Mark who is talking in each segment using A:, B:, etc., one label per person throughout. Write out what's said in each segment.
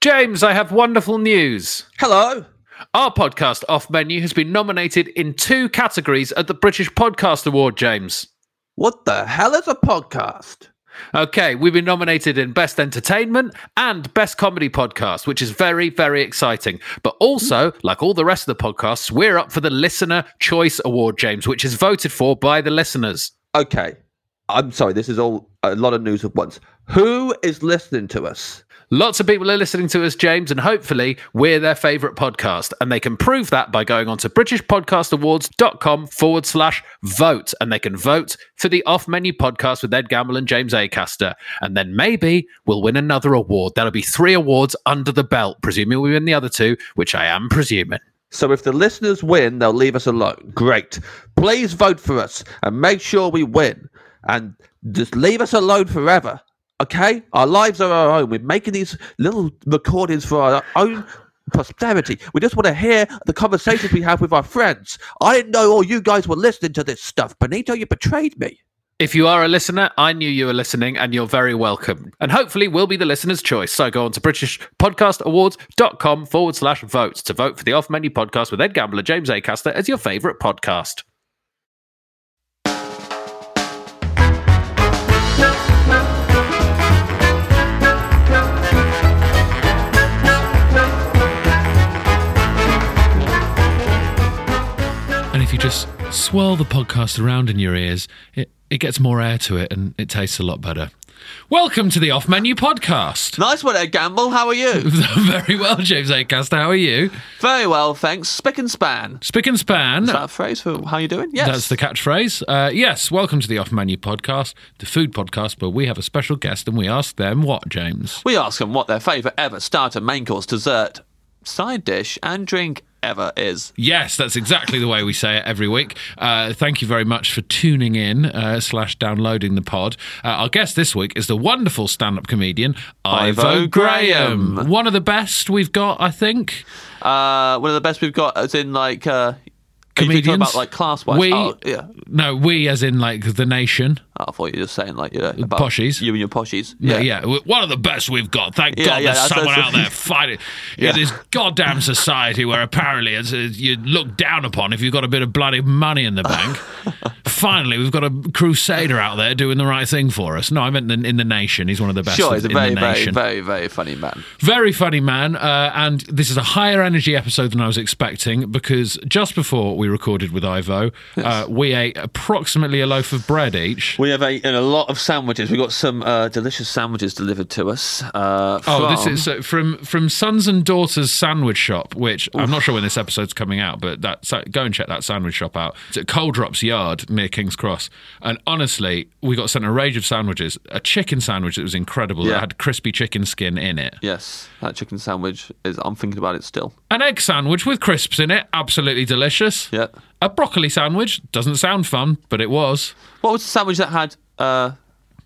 A: James, I have wonderful news.
B: Hello.
A: Our podcast, Off Menu, has been nominated in two categories at the British Podcast Award, James.
B: What the hell is a podcast?
A: Okay, we've been nominated in Best Entertainment and Best Comedy Podcast, which is very, very exciting. But also, like all the rest of the podcasts, we're up for the Listener Choice Award, James, which is voted for by the listeners.
B: Okay. I'm sorry, this is all a lot of news at once. Who is listening to us?
A: Lots of people are listening to us, James, and hopefully we're their favourite podcast. And they can prove that by going on to BritishPodcastAwards.com forward slash vote. And they can vote for the off menu podcast with Ed Gamble and James Acaster. And then maybe we'll win another award. That'll be three awards under the belt, presuming we win the other two, which I am presuming.
B: So if the listeners win, they'll leave us alone. Great. Please vote for us and make sure we win. And just leave us alone forever. Okay? Our lives are our own. We're making these little recordings for our own prosperity. We just want to hear the conversations we have with our friends. I didn't know all you guys were listening to this stuff. Benito, you betrayed me.
A: If you are a listener, I knew you were listening and you're very welcome. And hopefully we'll be the listener's choice. So go on to BritishPodcastAwards.com forward slash vote to vote for the off menu podcast with Ed Gambler, James Acaster as your favourite podcast. And if you just swirl the podcast around in your ears, it, it gets more air to it and it tastes a lot better. Welcome to the Off Menu Podcast.
B: Nice one, Ed Gamble. How are you?
A: Very well, James Acaster. How are you?
B: Very well, thanks. Spick and span.
A: Spick and span.
B: Is that a phrase for how you doing? Yes.
A: That's the catchphrase. Uh, yes, welcome to the Off Menu Podcast, the food podcast where we have a special guest and we ask them what, James?
B: We ask them what their favourite ever starter, main course, dessert, side dish, and drink ever is.
A: Yes, that's exactly the way we say it every week. Uh, thank you very much for tuning in uh, slash downloading the pod. Uh, our guest this week is the wonderful stand-up comedian Ivo
B: Ivo
A: Graham.
B: Graham.
A: One of the best we've got, I think.
B: Uh, one of the best we've got, as in like uh, are you thinking
A: Comedians
B: about like class wise.
A: We,
B: oh, yeah. Oh,
A: No, we as in like the nation.
B: I thought you were just saying like yeah, about
A: Poshies.
B: You and your poshies.
A: Yeah, yeah. We're- One of the best we've got. Thank
B: Yeah,
A: God
B: yeah,
A: there's
B: that's-
A: someone
B: that's-
A: out there fighting
B: Yeah.
A: in this goddamn society where apparently it's, it's, you look down upon if you've got a bit of bloody money in the bank. Finally, we've got a crusader out there doing the right thing for us. No, I meant in, in the nation. He's one of the best
B: Sure, he's a
A: in
B: very,
A: the
B: very,
A: nation.
B: very, very funny man.
A: Very funny man, uh, and this is a higher energy episode than I was expecting because just before we recorded with Ivo, uh, we ate approximately a loaf of bread each.
B: We have eaten a lot of sandwiches. We got some uh, delicious sandwiches delivered to us. Uh,
A: Oh, this
B: from-
A: is uh, from from Sons and Daughters Sandwich Shop, which I'm not sure when this episode's coming out, but that so, go and check that sandwich shop out. It's at Coldrops Yard near King's Cross, and honestly, we got sent a range of sandwiches. A chicken sandwich that was incredible. That
B: Yeah.
A: had crispy chicken skin in it.
B: Yes, that chicken sandwich is. I'm thinking about it still.
A: An egg sandwich with crisps in it, absolutely delicious.
B: Yeah.
A: A broccoli sandwich doesn't sound fun, but it was.
B: What was the sandwich that had uh,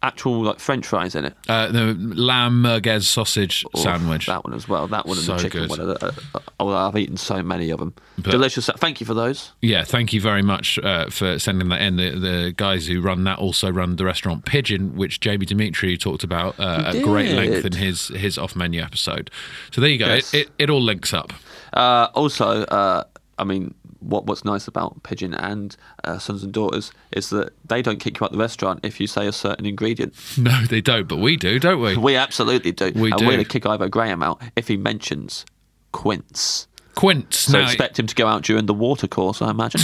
B: actual like French fries in it?
A: Uh, the lamb merguez sausage
B: Oof,
A: sandwich.
B: That one as well. That one and
A: So
B: the chicken
A: good.
B: one. Uh, uh, Oh, I've eaten so many of them. Delicious. Thank you for those.
A: Yeah, thank you very much uh, for sending that in. The, the guys who run that also run the restaurant Pigeon, which Jamie Dimitri talked about uh, at
B: He
A: great
B: did.
A: length in his his off menu episode. So there you go.
B: Yes.
A: It, it, it all links up.
B: Uh, also, uh, I mean, what what's nice about Pigeon and uh, Sons and Daughters is that they don't kick you out the restaurant if you say a certain ingredient.
A: No, they don't, but we do, don't we?
B: We absolutely do.
A: We
B: and
A: do.
B: we're going to kick Ivo Graham out if he mentions quince.
A: Quince.
B: So
A: now,
B: expect him to go out during the water course, I imagine.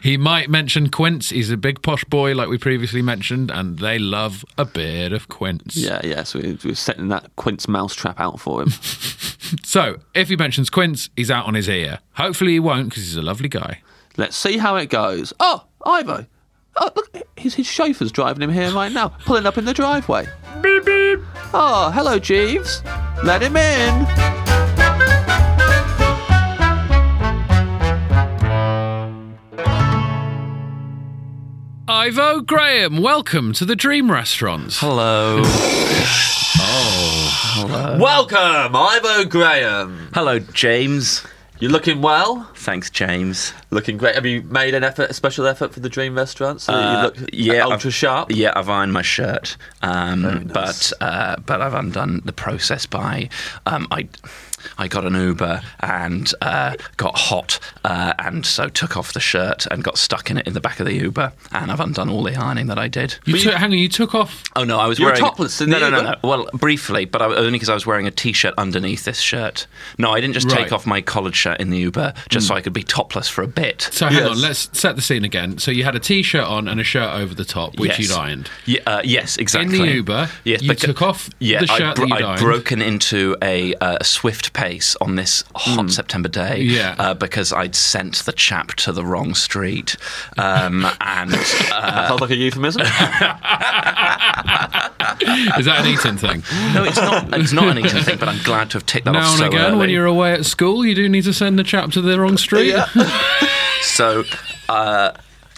A: he might mention quince. He's a big posh boy, like we previously mentioned, and they love a bit of quince.
B: yeah, yeah. So we- we're setting that quince mousetrap out for him.
A: So if he mentions quince, he's out on his ear. Hopefully he won't, because he's a lovely guy.
B: Let's see how it goes. Oh, Ivo. Oh, look, his, his chauffeur's driving him here right now, pulling up in the driveway. Beep, beep. Oh, hello, Jeeves. Let him in.
A: Ivo Graham, welcome to the Dream Restaurant.
C: Hello.
B: Oh, Welcome, Ivo Graham.
C: Hello, James.
B: You're looking well.
C: Thanks, James.
B: Looking great. Have you made an effort, a special effort for the Dream Restaurant? So that you
C: Uh,
B: look ultra
C: I've,
B: sharp.
C: Yeah, I've ironed my shirt, um, but uh, but I've undone the process by um, I I got an Uber and uh, got hot, uh, and so took off the shirt and got stuck in it in the back of the Uber, and I've undone all the ironing that I did.
A: You took, hang on, you took off.
C: Oh no, I was
B: You were
C: wearing
B: topless in
C: no,
B: the
C: no, no,
B: Uber?
C: no. Well, briefly, but I, only because I was wearing a t-shirt underneath this shirt. No, I didn't just
A: Right.
C: take off my collared shirt in the Uber just
B: Mm.
C: so I could be topless for a bit.
A: So hang
B: Yes.
A: on, let's set the scene again. So you had a t-shirt on and a shirt over the top, which
C: yes.
A: you'd ironed.
C: Ye- uh, yes, exactly.
A: Uber, you
C: becau-
A: took off
C: yeah,
A: the shirt
C: I'd,
A: that you'd
C: I'd
A: ironed.
C: broken into a uh, swift pace on this hot September day
A: Hmm. Yeah.
C: uh, because I'd sent the chap to the wrong street. Um, and uh,
B: Sounds like a euphemism.
A: Is that an Eton thing?
C: no, it's not, it's not an easy thing, but I'm glad to have ticked that off
A: now and
C: so
A: again,
C: early.
A: when you're away at school, you do need to send the chap to the wrong street.
C: So, uh,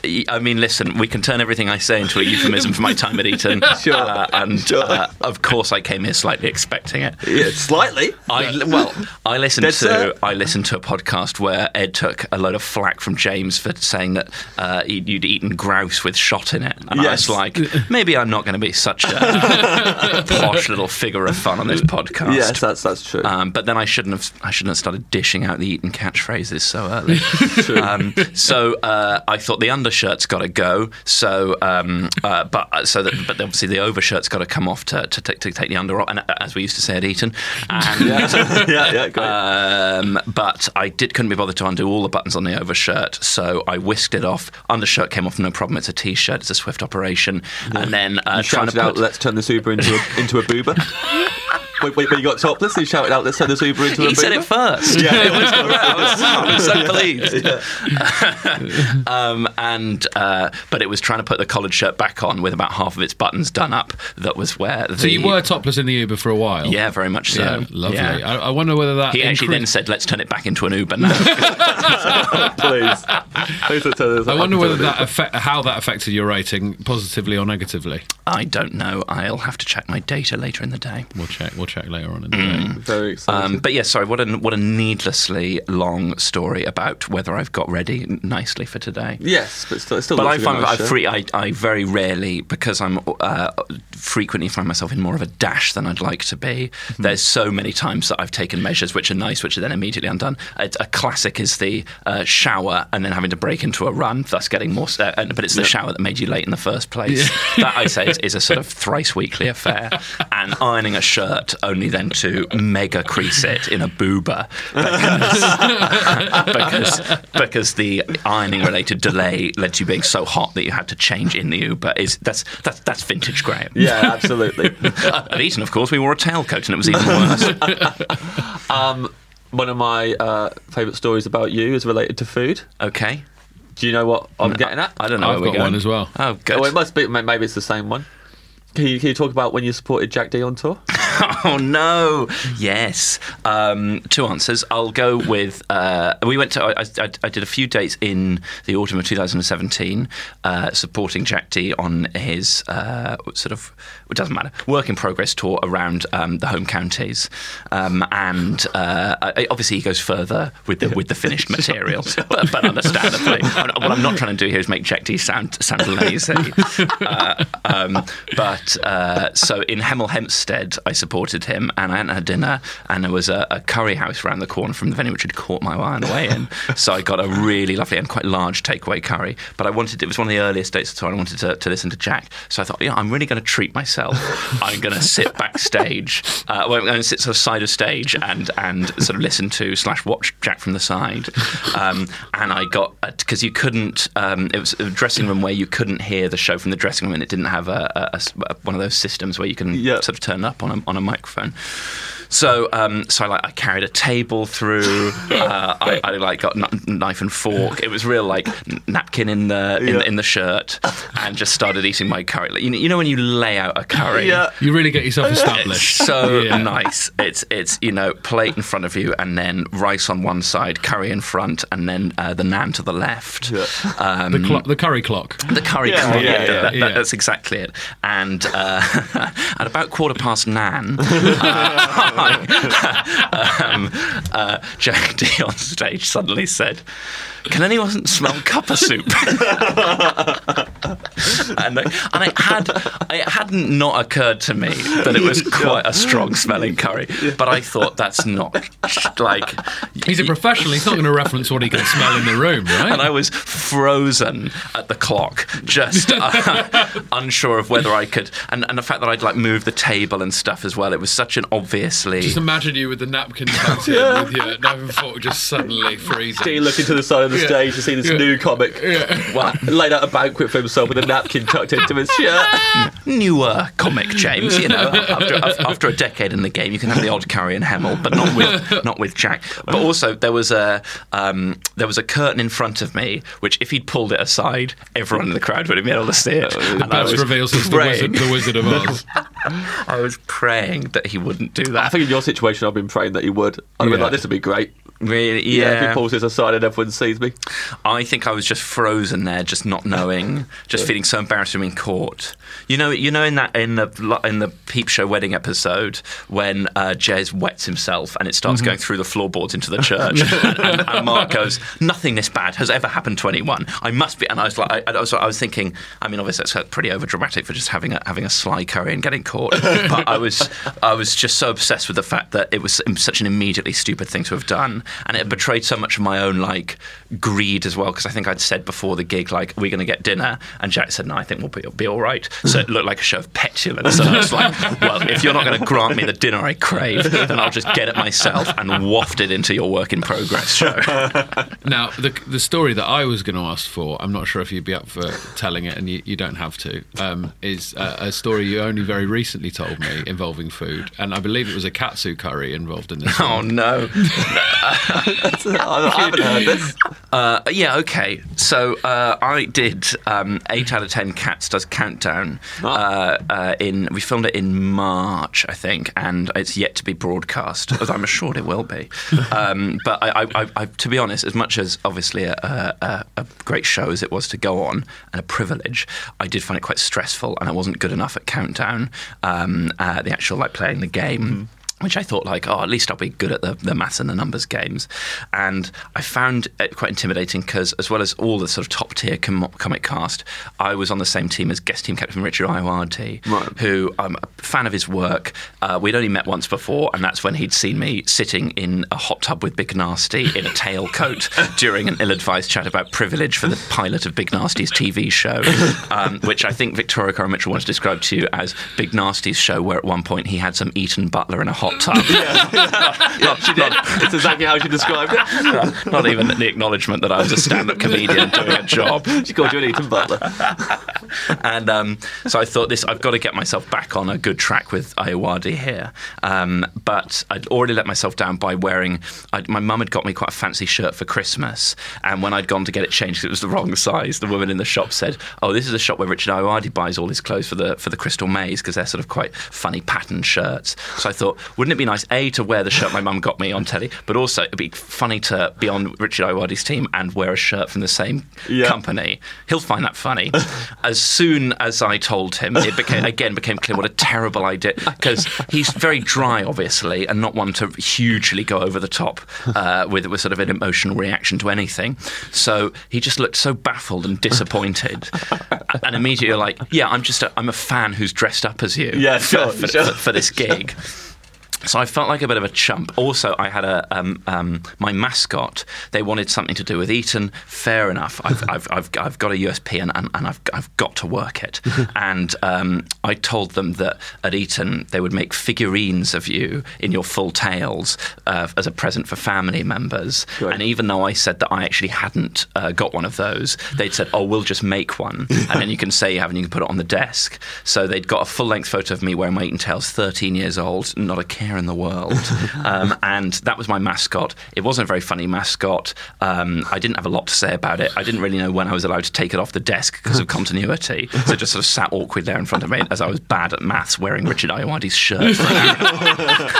C: y- I mean, listen, we can turn everything I say into a euphemism for my time at Eton. sure. and uh, of course, I came here slightly expecting it.
B: yeah, slightly.
C: I well, I listened
B: That's,
C: to
B: uh,
C: I listened to a podcast where Ed took a load of flack from James for saying that uh, he'd, you'd eaten grouse with shot in it, and I
B: Yes.
C: was like, maybe I'm not going to be such a posh little figure of fun on this podcast.
B: Yes, that's that's true.
C: Um, but then I shouldn't have I shouldn't have started dishing out the Eton catchphrases so early. um, so uh, I thought the undershirt's got to go. So um, uh, but so that but obviously the overshirt's got to come off to, to, take to take the under off, and uh, as we used to say at Eton. And,
B: yeah, yeah, great.
C: um, but I did couldn't be bothered to undo all the buttons on the overshirt, so I whisked it off. Undershirt came off, no problem. It's a t-shirt. It's a swift operation, and then uh,
B: you
C: trying
B: shouted
C: to
B: out,
C: put.
B: "Let's turn this Uber into a, into a boober." wait, wait, when you got topless, you shouted out, "Let's turn this Uber into a
C: He
B: boober."
C: said it first.
B: Yeah, it was
C: I was, I was so pleased. um, and uh, but it was trying to put the collared shirt back on with about half of its buttons done up. That was where the,
A: So you were topless in the Uber for a while.
C: yeah, very much so.
A: Yeah, lovely.
C: Yeah.
A: I, I wonder whether that
C: He actually then
A: increased-
C: said, "Let's turn it back into an Uber now."
B: please. Please don't turn this.
A: I wonder
B: into
A: whether
B: a
A: that affect, how that affected your rating, positively or negatively.
C: I don't know. I'll have to check my data later in the day.
A: We'll check. We'll check later on in the day.
B: boober. Very exciting.
C: Um, but yeah, sorry. What a what a needlessly long story about whether I've got ready nicely for today.
B: yes, but still, it's still.
C: But I
B: looks like a
C: find that I,
B: nice shirt.
C: free, I, I very rarely, because I'm uh, frequently find myself in more of a dash than I'd like to be.
B: Mm-hmm.
C: There's so many times that I've taken measures which are nice, which are then immediately undone. A, a classic is the uh, shower and then having to break into a run, thus getting more. s- Uh, and- but it's the shower that made you late in the first place. that I say is, is a sort of thrice weekly affair. And ironing a shirt only then to mega crease it in a boober because because the ironing related delay led to you being so hot that you had to change in the Uber. Is that's that's that's vintage Graham.
B: Yeah, absolutely.
C: At Eton, of course, we wore a tailcoat and it was even worse.
B: um, one of my uh, favourite stories about you is related to food.
C: Okay,
B: Do you know what I'm getting at?
C: I don't know.
A: I've
C: where
A: got
C: we're
A: one
C: going.
A: as well.
C: Oh, good.
B: Oh, it must be. ma- Maybe it's the same one. Can you, can you talk about when you supported Jack D on tour?
C: oh no! Yes, um, two answers. I'll go with. Uh, we went to. I, I, I did a few dates in the autumn of 2017, uh, supporting Jack D on his uh, sort of. It doesn't matter. Work in progress tour around um, the home counties, um, and uh, I, obviously he goes further with the with the finished material, but, but understandably, And what I'm not trying to do here is make Jack D sound sound lazy. uh, um, but uh, so in Hemel Hempstead, I supported him, and I hadn't had dinner, and there was a, a curry house round the corner from the venue which had caught my eye on the way in. So I got a really lovely and quite large takeaway curry. But I wanted it was one of the earliest dates of the tour. and I wanted to, to listen to Jack, so I thought, yeah, I'm really going to treat myself. I'm going to sit backstage. Uh, well, I'm going to sit sort of side of stage and and sort of listen to slash watch Jack from the side. Um, and I got because you couldn't. Um, it was a dressing room where you couldn't hear the show from the dressing room, and it didn't have a, a- a s- a- one of those systems where you can
D: Yeah.
C: sort of turn up on a, on a microphone. So, um, so I like I carried a table through. Uh, I, I like got kn- knife and fork. It was real like n- napkin in the in,
D: Yeah.
C: the in the shirt, and just started eating my curry. Like, you, know, you know when you lay out a curry,
D: Yeah.
E: You really get yourself
C: it's
E: established.
C: so
E: Yeah.
C: nice. It's it's you know plate in front of you, and then rice on one side, curry in front, and then uh, the naan to the left. Um,
E: The, clock, the curry clock.
C: the curry
D: Yeah,
C: clock,
D: yeah,
C: yeah,
D: yeah,
C: that- that-
E: yeah.
C: that's exactly it. And uh, at about quarter past nine, uh, um, uh, Jack D on stage suddenly said, "Can anyone smell cuppa soup?" and, I- and it had it hadn't not occurred to me that it was quite a strong smelling curry, but I thought that's not like
E: He's a professional. He's not going to reference what he can smell in the room, right?
C: and I was frozen at the clock, just uh, unsure of whether I could. And, and the fact that I'd like move the table and stuff as well, it was such an obviously.
A: Just imagine you with the napkin tucked in with your knife and fork just suddenly freezing.
D: Dean looking to the side of the stage to see this new comic laid out a banquet for himself with a napkin tucked into his shirt.
C: newer comic, James. You know, after, af- after a decade in the game, you can have the odd curry and Hemel, but not with not with Jack. But also, there was a um, there was a curtain in front of me, which if he'd pulled it aside, everyone in the crowd would have been able to see it. And I
E: Best
C: was
E: reveal since the Wizard,
C: praying,
E: the Wizard of Oz.
C: I was praying that he wouldn't do that.
D: I think in your situation, I've been praying that he would. I'd have been
E: Yeah.
D: like, this would be great.
C: really,
D: if he pulls this aside and everyone sees me.
C: I think I was just frozen there, just not knowing, just feeling so embarrassed from in court. You know, you know, in that in the lo- in the peep show wedding episode when uh, Jez wets himself and it starts going through the floorboards into the church, and, and, and Mark goes, "Nothing this bad has ever happened to anyone. I must be." And I was like, I, I was, I was thinking, I mean, obviously that's pretty over dramatic for just having a having a sly curry and getting caught, but I was I was just so obsessed with the fact that it was such an immediately stupid thing to have done, and it betrayed so much of my own like greed as well. Because I think I'd said before the gig, like, "We're going to get dinner," and Jack said, "No, I think we'll be, be all right." So it looked like a show of petulance. And I was like, "Well, if you're not going to grant me the dinner I crave, then I'll just get it myself and waft it into your work in progress show."
E: Now, the, the story that I was going to ask for, I'm not sure if you'd be up for telling it, and you, you don't have to, um, is uh, a story you only very recently told me involving food. And I believe it was a katsu curry involved in this.
C: Oh no.
D: I haven't heard this.
C: Uh, yeah, okay. So uh, I did um, eight out of ten. Cats does countdown. Uh, uh, in we filmed it in March, I think, and it's yet to be broadcast. As I'm assured it will be. Um, but I, I, I, I, to be honest, as much as obviously a, a, a- a great show as it was to go on and a privilege, I did find it quite stressful, and I wasn't good enough at countdown. Um, uh, the actual like playing the game which I thought like, oh, at least I'll be good at the, the maths and the numbers games. And I found it quite intimidating because as well as all the sort of top tier com- comic cast, I was on the same team as guest team captain Richard Iwardi, who I'm a fan of his work. Uh, we'd only met once before, and that's when he'd seen me sitting in a hot tub with Big Nasty in a tailcoat during an ill-advised chat about privilege for the pilot of Big Nasty's TV show, um, which I think Victoria Cara Mitchell once described to you as Big Nasty's show where at one point he had some Eaton Butler in a hot hot tub.
B: Yeah, she did. It's exactly how she described it.
C: Not even the acknowledgement that I was a stand-up comedian doing a job.
B: She called you an Ethan Butler.
C: and um, so I thought this. I've got to get myself back on a good track with Iowadi here. Um, but I'd already let myself down by wearing. i my mum had got me quite a fancy shirt for Christmas, and when I'd gone to get it changed, 'cause it was the wrong size. The woman in the shop said, "Oh, this is a shop where Richard Iowadi buys all his clothes for the for the Crystal Maze because they're sort of quite funny patterned shirts." So I thought, wouldn't it be nice a to wear the shirt my mum got me on telly, but also it'd be funny to be on Richard Iowadi's team and wear a shirt from the same
B: Yeah.
C: company company. He'll find that funny. as soon as I told him, it became again became clear what a terrible idea because he's very dry, obviously, and not one to hugely go over the top uh, with with sort of an emotional reaction to anything. So he just looked so baffled and disappointed, and immediately like, yeah, I'm just a, I'm a fan who's dressed up as you
B: Yeah, sure,
C: for, for-
B: sure.
C: for- for this gig. So I felt like a bit of a chump. Also, I had a um, um, my mascot. They wanted something to do with Eton. Fair enough. I've, I've, I've, I've got a USP and, and, and I've, I've got to work it. and um, I told them that at Eton they would make figurines of you in your full tails uh, as a present for family members. And even though I said that I actually hadn't uh, got one of those, they'd said, "Oh, we'll just make one, and then you can say you have, and you can put it on the desk." So they'd got a full-length photo of me wearing my Eton tails, 13 years old, not a care in the world, um, and that was my mascot. It wasn't a very funny mascot. Um, I didn't have a lot to say about it. I didn't really know when I was allowed to take it off the desk because of continuity. So it just sort of sat awkward there in front of me as I was bad at maths, wearing Richard Iowadi's shirt. for an hour.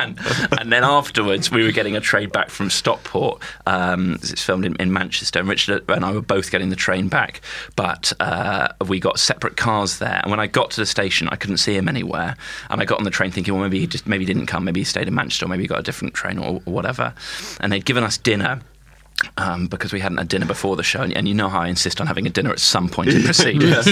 C: and, and then afterwards, we were getting a train back from Stockport. Um, it's filmed in, in Manchester, and Richard and I were both getting the train back, but uh, we got separate cars there. And when I got to the station, I couldn't see him anywhere. And I got on the train thinking, well, maybe he just maybe he didn't come, maybe he stayed in Manchester, or maybe he got a different train, or, or whatever. And they'd given us dinner. Um, because we hadn't had dinner before the show, and, and you know how I insist on having a dinner at some point in proceedings.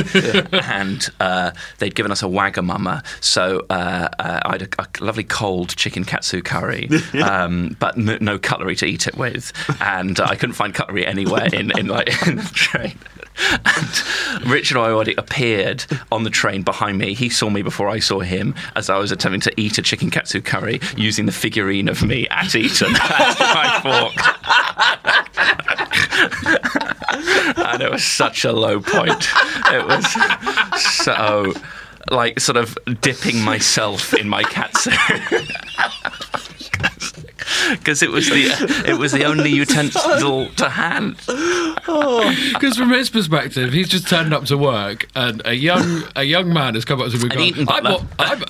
C: And uh, they'd given us a Wagamama, so uh, uh, I had a, a lovely cold chicken katsu curry, um, but no, no cutlery to eat it with, and uh, I couldn't find cutlery anywhere in, in like in the train. And Richard Iowati appeared on the train behind me. He saw me before I saw him as I was attempting to eat a chicken katsu curry using the figurine of me at Eton as my fork and it was such a low point. It was so like sort of dipping myself in my katsu. Because it was the it was the only utensil to hand.
A: Because from his perspective, he's just turned up to work, and a young a young man has come up to him and
C: An
A: gone,
C: Eton
A: I
C: butler."
A: bought, I, bu-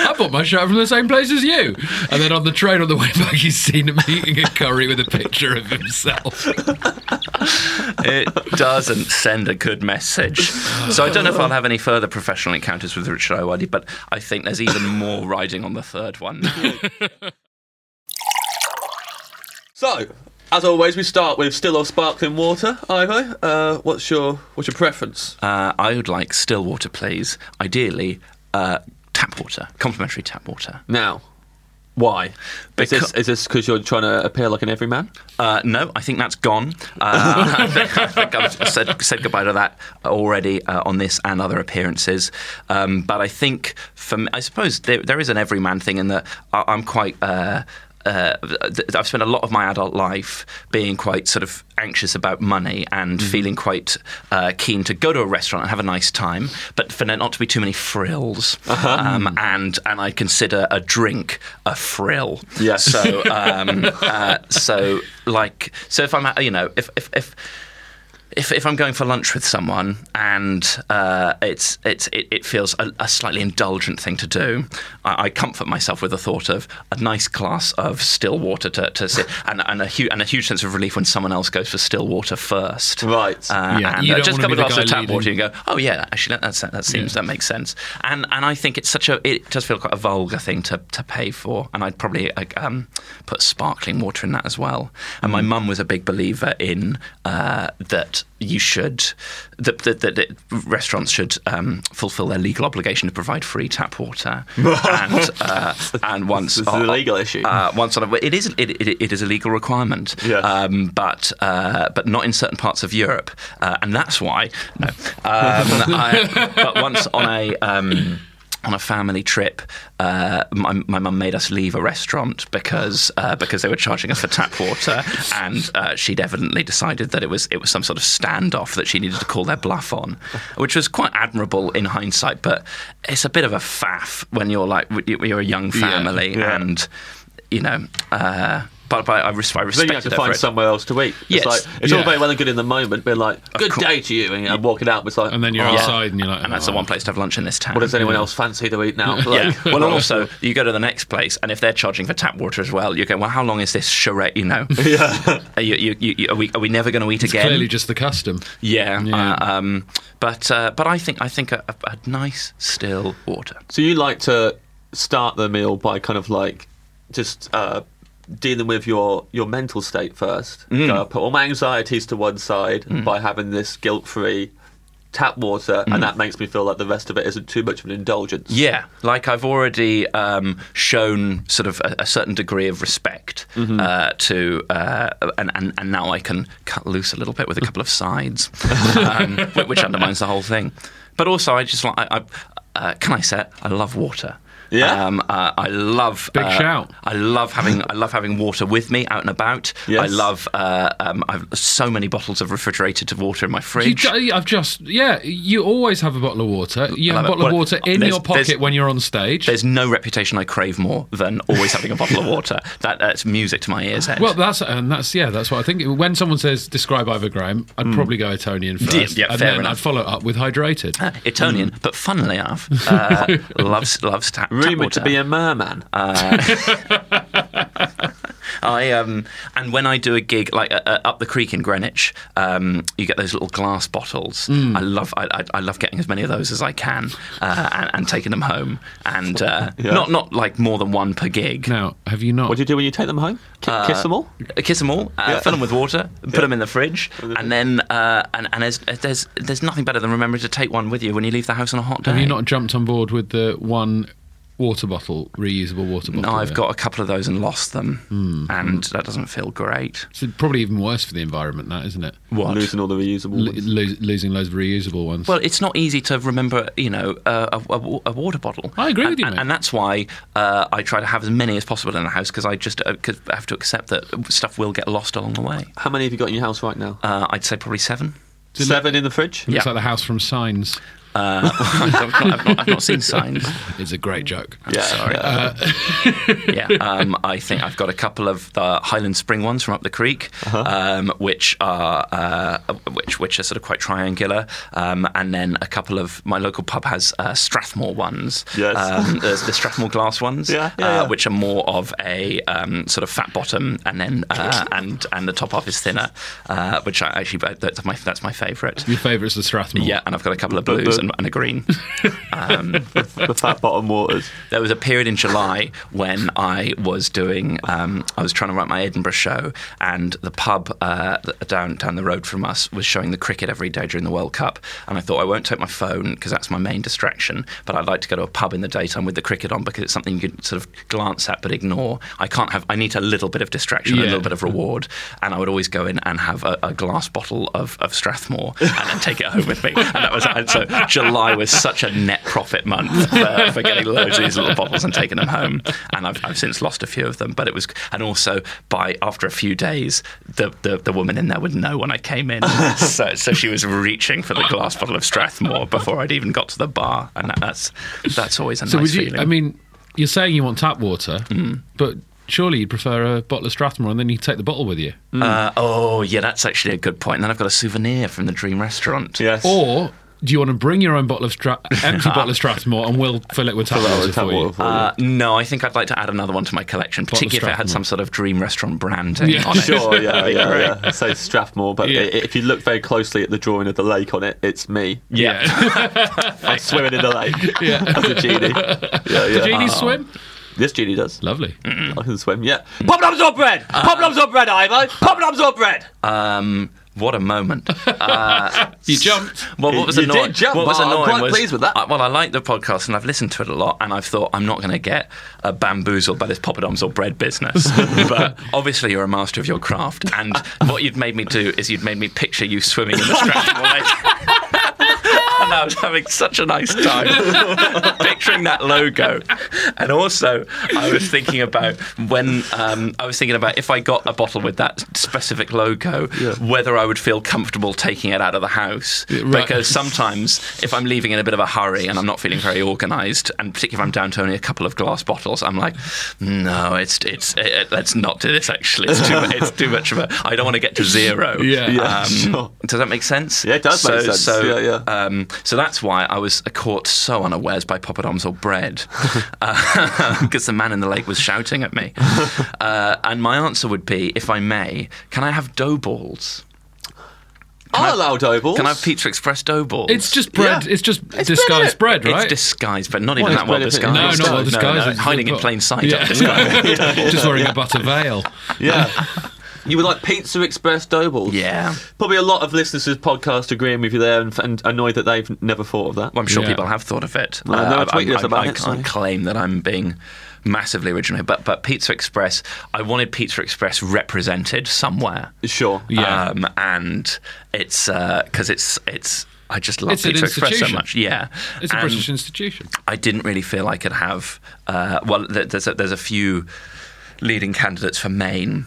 A: I bought my shirt from the same place as you. And then on the train on the way back, he's seen him eating a curry with a picture of himself.
C: It doesn't send a good message. So I don't know if I'll have any further professional encounters with Richard Iwadi, but I think there's even more riding on the third one.
D: So, as always, we start with still or sparkling water. Ivo, uh, what's your what's your preference?
C: Uh, I would like still water, please. Ideally, uh, tap water, complimentary tap water.
D: Now, why? Is this
C: Because-
D: is this because you're trying to appear like an everyman?
C: Uh, no, I think that's gone. Uh, I think, I think I've said, said goodbye to that already uh, on this and other appearances. Um, but I think, for me, I suppose there, there is an everyman thing in that I, I'm quite. Uh, uh, th- I've spent a lot of my adult life being quite sort of anxious about money and feeling quite uh, keen to go to a restaurant and have a nice time, but for there not to be too many frills. Um, and and I consider a drink a frill.
D: Yes.
C: So um, uh, so like so if I'm at- you know if if. if if, if I'm going for lunch with someone and uh, it's, it's, it, it feels a, a slightly indulgent thing to do, I, I comfort myself with the thought of a nice glass of still water to, to sit and, and, a hu- and a huge sense of relief when someone else goes for still water first.
D: Right.
C: Uh,
A: Yeah,
C: and
A: you
C: uh,
A: don't
C: just
A: wanna
C: come
A: be the
C: across the
A: guy
C: tap
A: leading.
C: water and go, oh yeah, actually that, that's, that seems that makes sense. And and I think it's such a it does feel quite a vulgar thing to, to pay for. And I'd probably like, um, put sparkling water in that as well. And
D: Mm.
C: my mum was a big believer in uh, that you should that that, that, that restaurants should um, fulfil their legal obligation to provide free tap water. and uh, and once
D: This is a legal issue.
C: uh, once on a, it is it, it, it is a legal requirement,
D: Yes.
C: um, but uh, but not in certain parts of Europe, uh, and that's why. No, um, I, but once on a. Um, on a family trip, uh, my my mum made us leave a restaurant because uh, because they were charging us for tap water, and uh, she'd evidently decided that it was it was some sort of standoff that she needed to call their bluff on, which was quite admirable in hindsight. But it's a bit of a faff when you're like you're a young family
B: yeah.
C: and you know. Uh, but, but I, res- I
B: Then
C: respect
B: you have to
C: her for
B: find
C: it.
B: somewhere else to eat. It's,
C: Yes.
B: like, it's
A: Yeah.
B: all very well and good in the moment, being like, good
C: course.
B: day to you, and, and walking out. It's like,
A: And then you're
B: "Oh,
A: outside and you're like,
C: and that's
A: "Oh."
C: the one place to have lunch in this town.
B: What does anyone else fancy to eat now? Like,
C: yeah. Well, and also you go to the next place, and if they're charging for tap water as well, you go. Well, how long is this charade? You know, yeah. Are, you, you, you- you- are we are we never going to eat again?
A: Clearly, just the custom.
C: yeah.
A: Yeah.
C: Uh, um, but uh, but I think I think a, a, a nice still water.
B: So you like to start the meal by kind of like just uh, dealing with your, your mental state first. Go, put all my anxieties to one side by having this guilt-free tap water, and that makes me feel like the rest of it isn't too much of an indulgence.
C: Yeah, like I've already um, shown sort of a, a certain degree of respect
A: Mm-hmm.
C: uh, to, uh, and, and and now I can cut loose a little bit with a couple of sides, um, whi- which undermines the whole thing. But also, I just like, I, I, uh, can I say, it? I love water.
B: Yeah?
C: um, uh, I love
A: Big
C: uh,
A: shout.
C: I love having I love having water with me out and about. I
B: Yes.
C: love uh, um, I've so many bottles of refrigerated water in my
A: You,
C: fridge.
A: ju- I've just yeah. You always have a bottle of water. You have a
C: love it.
A: bottle of
C: Well,
A: water in
C: there's-
A: your
C: there's-
A: pocket when you're on stage.
C: There's no reputation I crave more than always having a bottle of water. That, that's music to my ears. Ed.
A: Well, that's and that's yeah, that's what I think. When someone says describe Ivor Graham, I'd probably go Etonian first,
C: Hmm. yeah,
A: and
C: fair
A: then
C: enough.
A: I'd follow it up with hydrated.
C: Uh, Etonian,
B: Mm.
C: but funnily enough, uh, loves loves ta- tap
B: Rumoured
C: water.
B: to be a merman.
C: I um, and when I do a gig like uh, uh, up the creek in Greenwich, um, you get those little glass bottles.
B: Mm.
C: I love I, I, I love getting as many of those as I can uh, and, and taking them home and uh, not not like more than one per gig.
A: Now, have you not?
B: what do you do when you take them home? Ki- kiss them all?
C: Uh, Kiss them all, uh, fill them with water, put them in the fridge, and then uh, and and there's, there's there's nothing better than remembering to take one with you when you leave the house on a hot day.
A: have you not jumped on board with the one water bottle, reusable water bottle?
C: No, I've
A: yet?
C: got a couple of those and lost
A: Hmm.
C: them, and that doesn't feel great.
A: It's probably even worse for the environment, that isn't it?
C: What?
B: Losing all the reusable
A: Lo-
B: ones.
A: lo- losing loads of reusable ones.
C: Well, it's not easy to remember, you know, uh, a, a wa- a water bottle.
A: I agree with
C: And-
A: you,
C: and,
A: mate.
C: and that's why uh, I try to have as many as possible in the house because I just uh, 'cause I have to accept that stuff will get lost along the way.
B: How many have you got in your house right now?
C: Uh, I'd say probably seven.
B: Seven in the fridge?
A: Looks
C: yeah.
A: like the house from Signs.
C: Uh, I've, not, I've not- I've not seen signs.
A: It's a great joke.
B: Yeah.
C: Sorry.
B: yeah.
C: yeah, um, I think I've got a couple of the Highland Spring ones from up the creek,
B: Uh-huh.
C: um, which are uh, which which are sort of quite triangular, um, and then a couple of my local pub has uh, Strathmore ones.
B: Yes.
C: um, there's the Strathmore glass ones,
B: Yeah, yeah,
C: uh,
B: yeah.
C: which are more of a um, sort of fat bottom, and then uh, and and the top half is thinner, uh, which I actually that's my that's my favourite.
A: Your favourite's the Strathmore.
C: Yeah, and I've got a couple of blues and, and a green.
B: the fat bottom waters.
C: There was a period in July when I was doing, um, I was trying to write my Edinburgh show, and the pub uh, th- down down the road from us was showing the cricket every day during the World Cup. And I thought I won't take my phone because that's my main distraction, but I'd like to go to a pub in the daytime with the cricket on because it's something you can sort of glance at but ignore. I can't have, I need a little bit of distraction, a
A: Yeah.
C: little bit of reward. And I would always go in and have a, a glass bottle of, of Strathmore and then take it home with me. And that was and so July was such a net profit month for, for getting loads of these little bottles and taking them home. And I've, I've since lost a few of them. But it was and also by after a few days, the, the, the woman in there would know when I came in. so so she was reaching for the glass bottle of Strathmore before I'd even got to the bar. And that, that's that's always a
A: So
C: nice
A: would you?
C: feeling. Hmm.
A: I mean, you're saying you want tap water, but surely you'd prefer a bottle of Strathmore, and then you take the bottle with you,
C: Uh, oh, yeah, that's actually a good point. And then I've got a souvenir from the Dream Restaurant.
B: Yes.
A: or do you want to bring your own bottle of Stra- empty bottle of Strathmore, and we'll fill it with tap water
B: Tap
A: for
B: water
A: you?
B: for you.
C: Uh, no, I think I'd like to add another one to my collection,
A: Bottle of
C: particularly if it had
A: Strathmore.
C: some sort of dream restaurant branding
A: Yeah.
C: on it.
B: Sure, yeah, yeah, yeah. I say Strathmore, but
A: Yeah.
B: i if you look very closely at the drawing of the lake on it, it's me.
C: Yeah.
B: I'm swimming in the lake as a genie. Yeah, yeah.
A: Did Genie swim?
B: This genie does.
A: Lovely.
B: I can swim, yeah. Poppadoms or bread? Poppadoms or bread, Ivo? Poppadoms or bread?
C: um, what a moment. Uh,
A: You jumped.
C: well, what was
B: You
C: annoying?
B: did jump,
C: what was
B: Mark. I'm
C: annoying
B: quite
C: was,
B: pleased with that.
C: I, well, I like the podcast and I've listened to it a lot, and I've thought I'm not going to get uh, bamboozled by this poppadoms or bread business. but obviously, you're a master of your craft, and what you'd made me do is you'd made me picture you swimming in the Strathmore lake. and I was having such a nice time picturing that logo. And also, I was thinking about when um, I was thinking about if I got a bottle with that specific logo, whether I would feel comfortable taking it out of the house.
A: right.
C: Because sometimes, if I'm leaving in a bit of a hurry and I'm not feeling very organised, and particularly if I'm down to only a couple of glass bottles, I'm like, no, it's it's it, it- let's not do this. Actually, it's too it's too much of a. I don't want to get to zero.
A: Yeah.
B: Yeah, sure.
C: Um, Does that make sense?
B: Yeah, it does
C: so,
B: make sense.
C: So,
B: Yeah, yeah.
C: um, so that's why I was caught so unawares by poppadoms or bread, because the man in the lake was shouting at me. Uh, and my answer would be, if I may, can I have dough balls?
B: I allow dough balls.
C: Can I have Pizza Express dough balls?
A: It's just bread.
B: Yeah.
A: It's just disguised bread,
C: It's
A: right?
C: disguised, but not even
B: Well,
C: that well
B: it's
C: disguised.
B: bread,
A: no,
B: isn't it?
A: not well
B: No,
A: disguised. It's
C: hiding in
A: put-
C: plain sight.
A: Yeah. just wearing a butter veil.
B: Yeah. you would like Pizza Express dough balls?
C: Yeah.
B: Probably a lot of listeners to this podcast agreeing with you there and, and annoyed that they've never thought of that.
C: Well, I'm sure
A: Yeah.
C: people have thought of it. Uh,
B: Well, they were tweeting us about
C: I
B: it, so-
C: can't claim that I'm being massively original, here, but but Pizza Express, I wanted Pizza Express represented somewhere.
B: Sure.
A: Yeah.
C: um, and it's because it's it's. I just love
A: It's an
C: Pizza Express so
A: institution.
C: much. Yeah,
A: It's a
C: And-
A: British institution.
C: I didn't really feel I could have. Uh, well, th- there's a, there's a few leading candidates for Maine.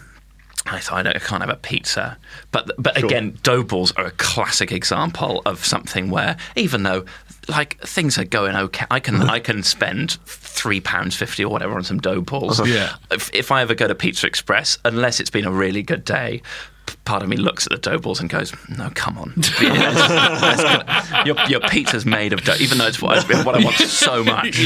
C: I thought I, don't, I can't have a pizza, but but again, dough balls are a classic example of something where even though like things are going okay, I can I can spend three pounds fifty or whatever on some dough balls.
A: Yeah.
C: If, if I ever go to Pizza Express, unless it's been a really good day. p- Part of me looks at the dough balls and goes, "No, come on, That's good. your, your pizza's made of dough, even though it's what I, what I want so much."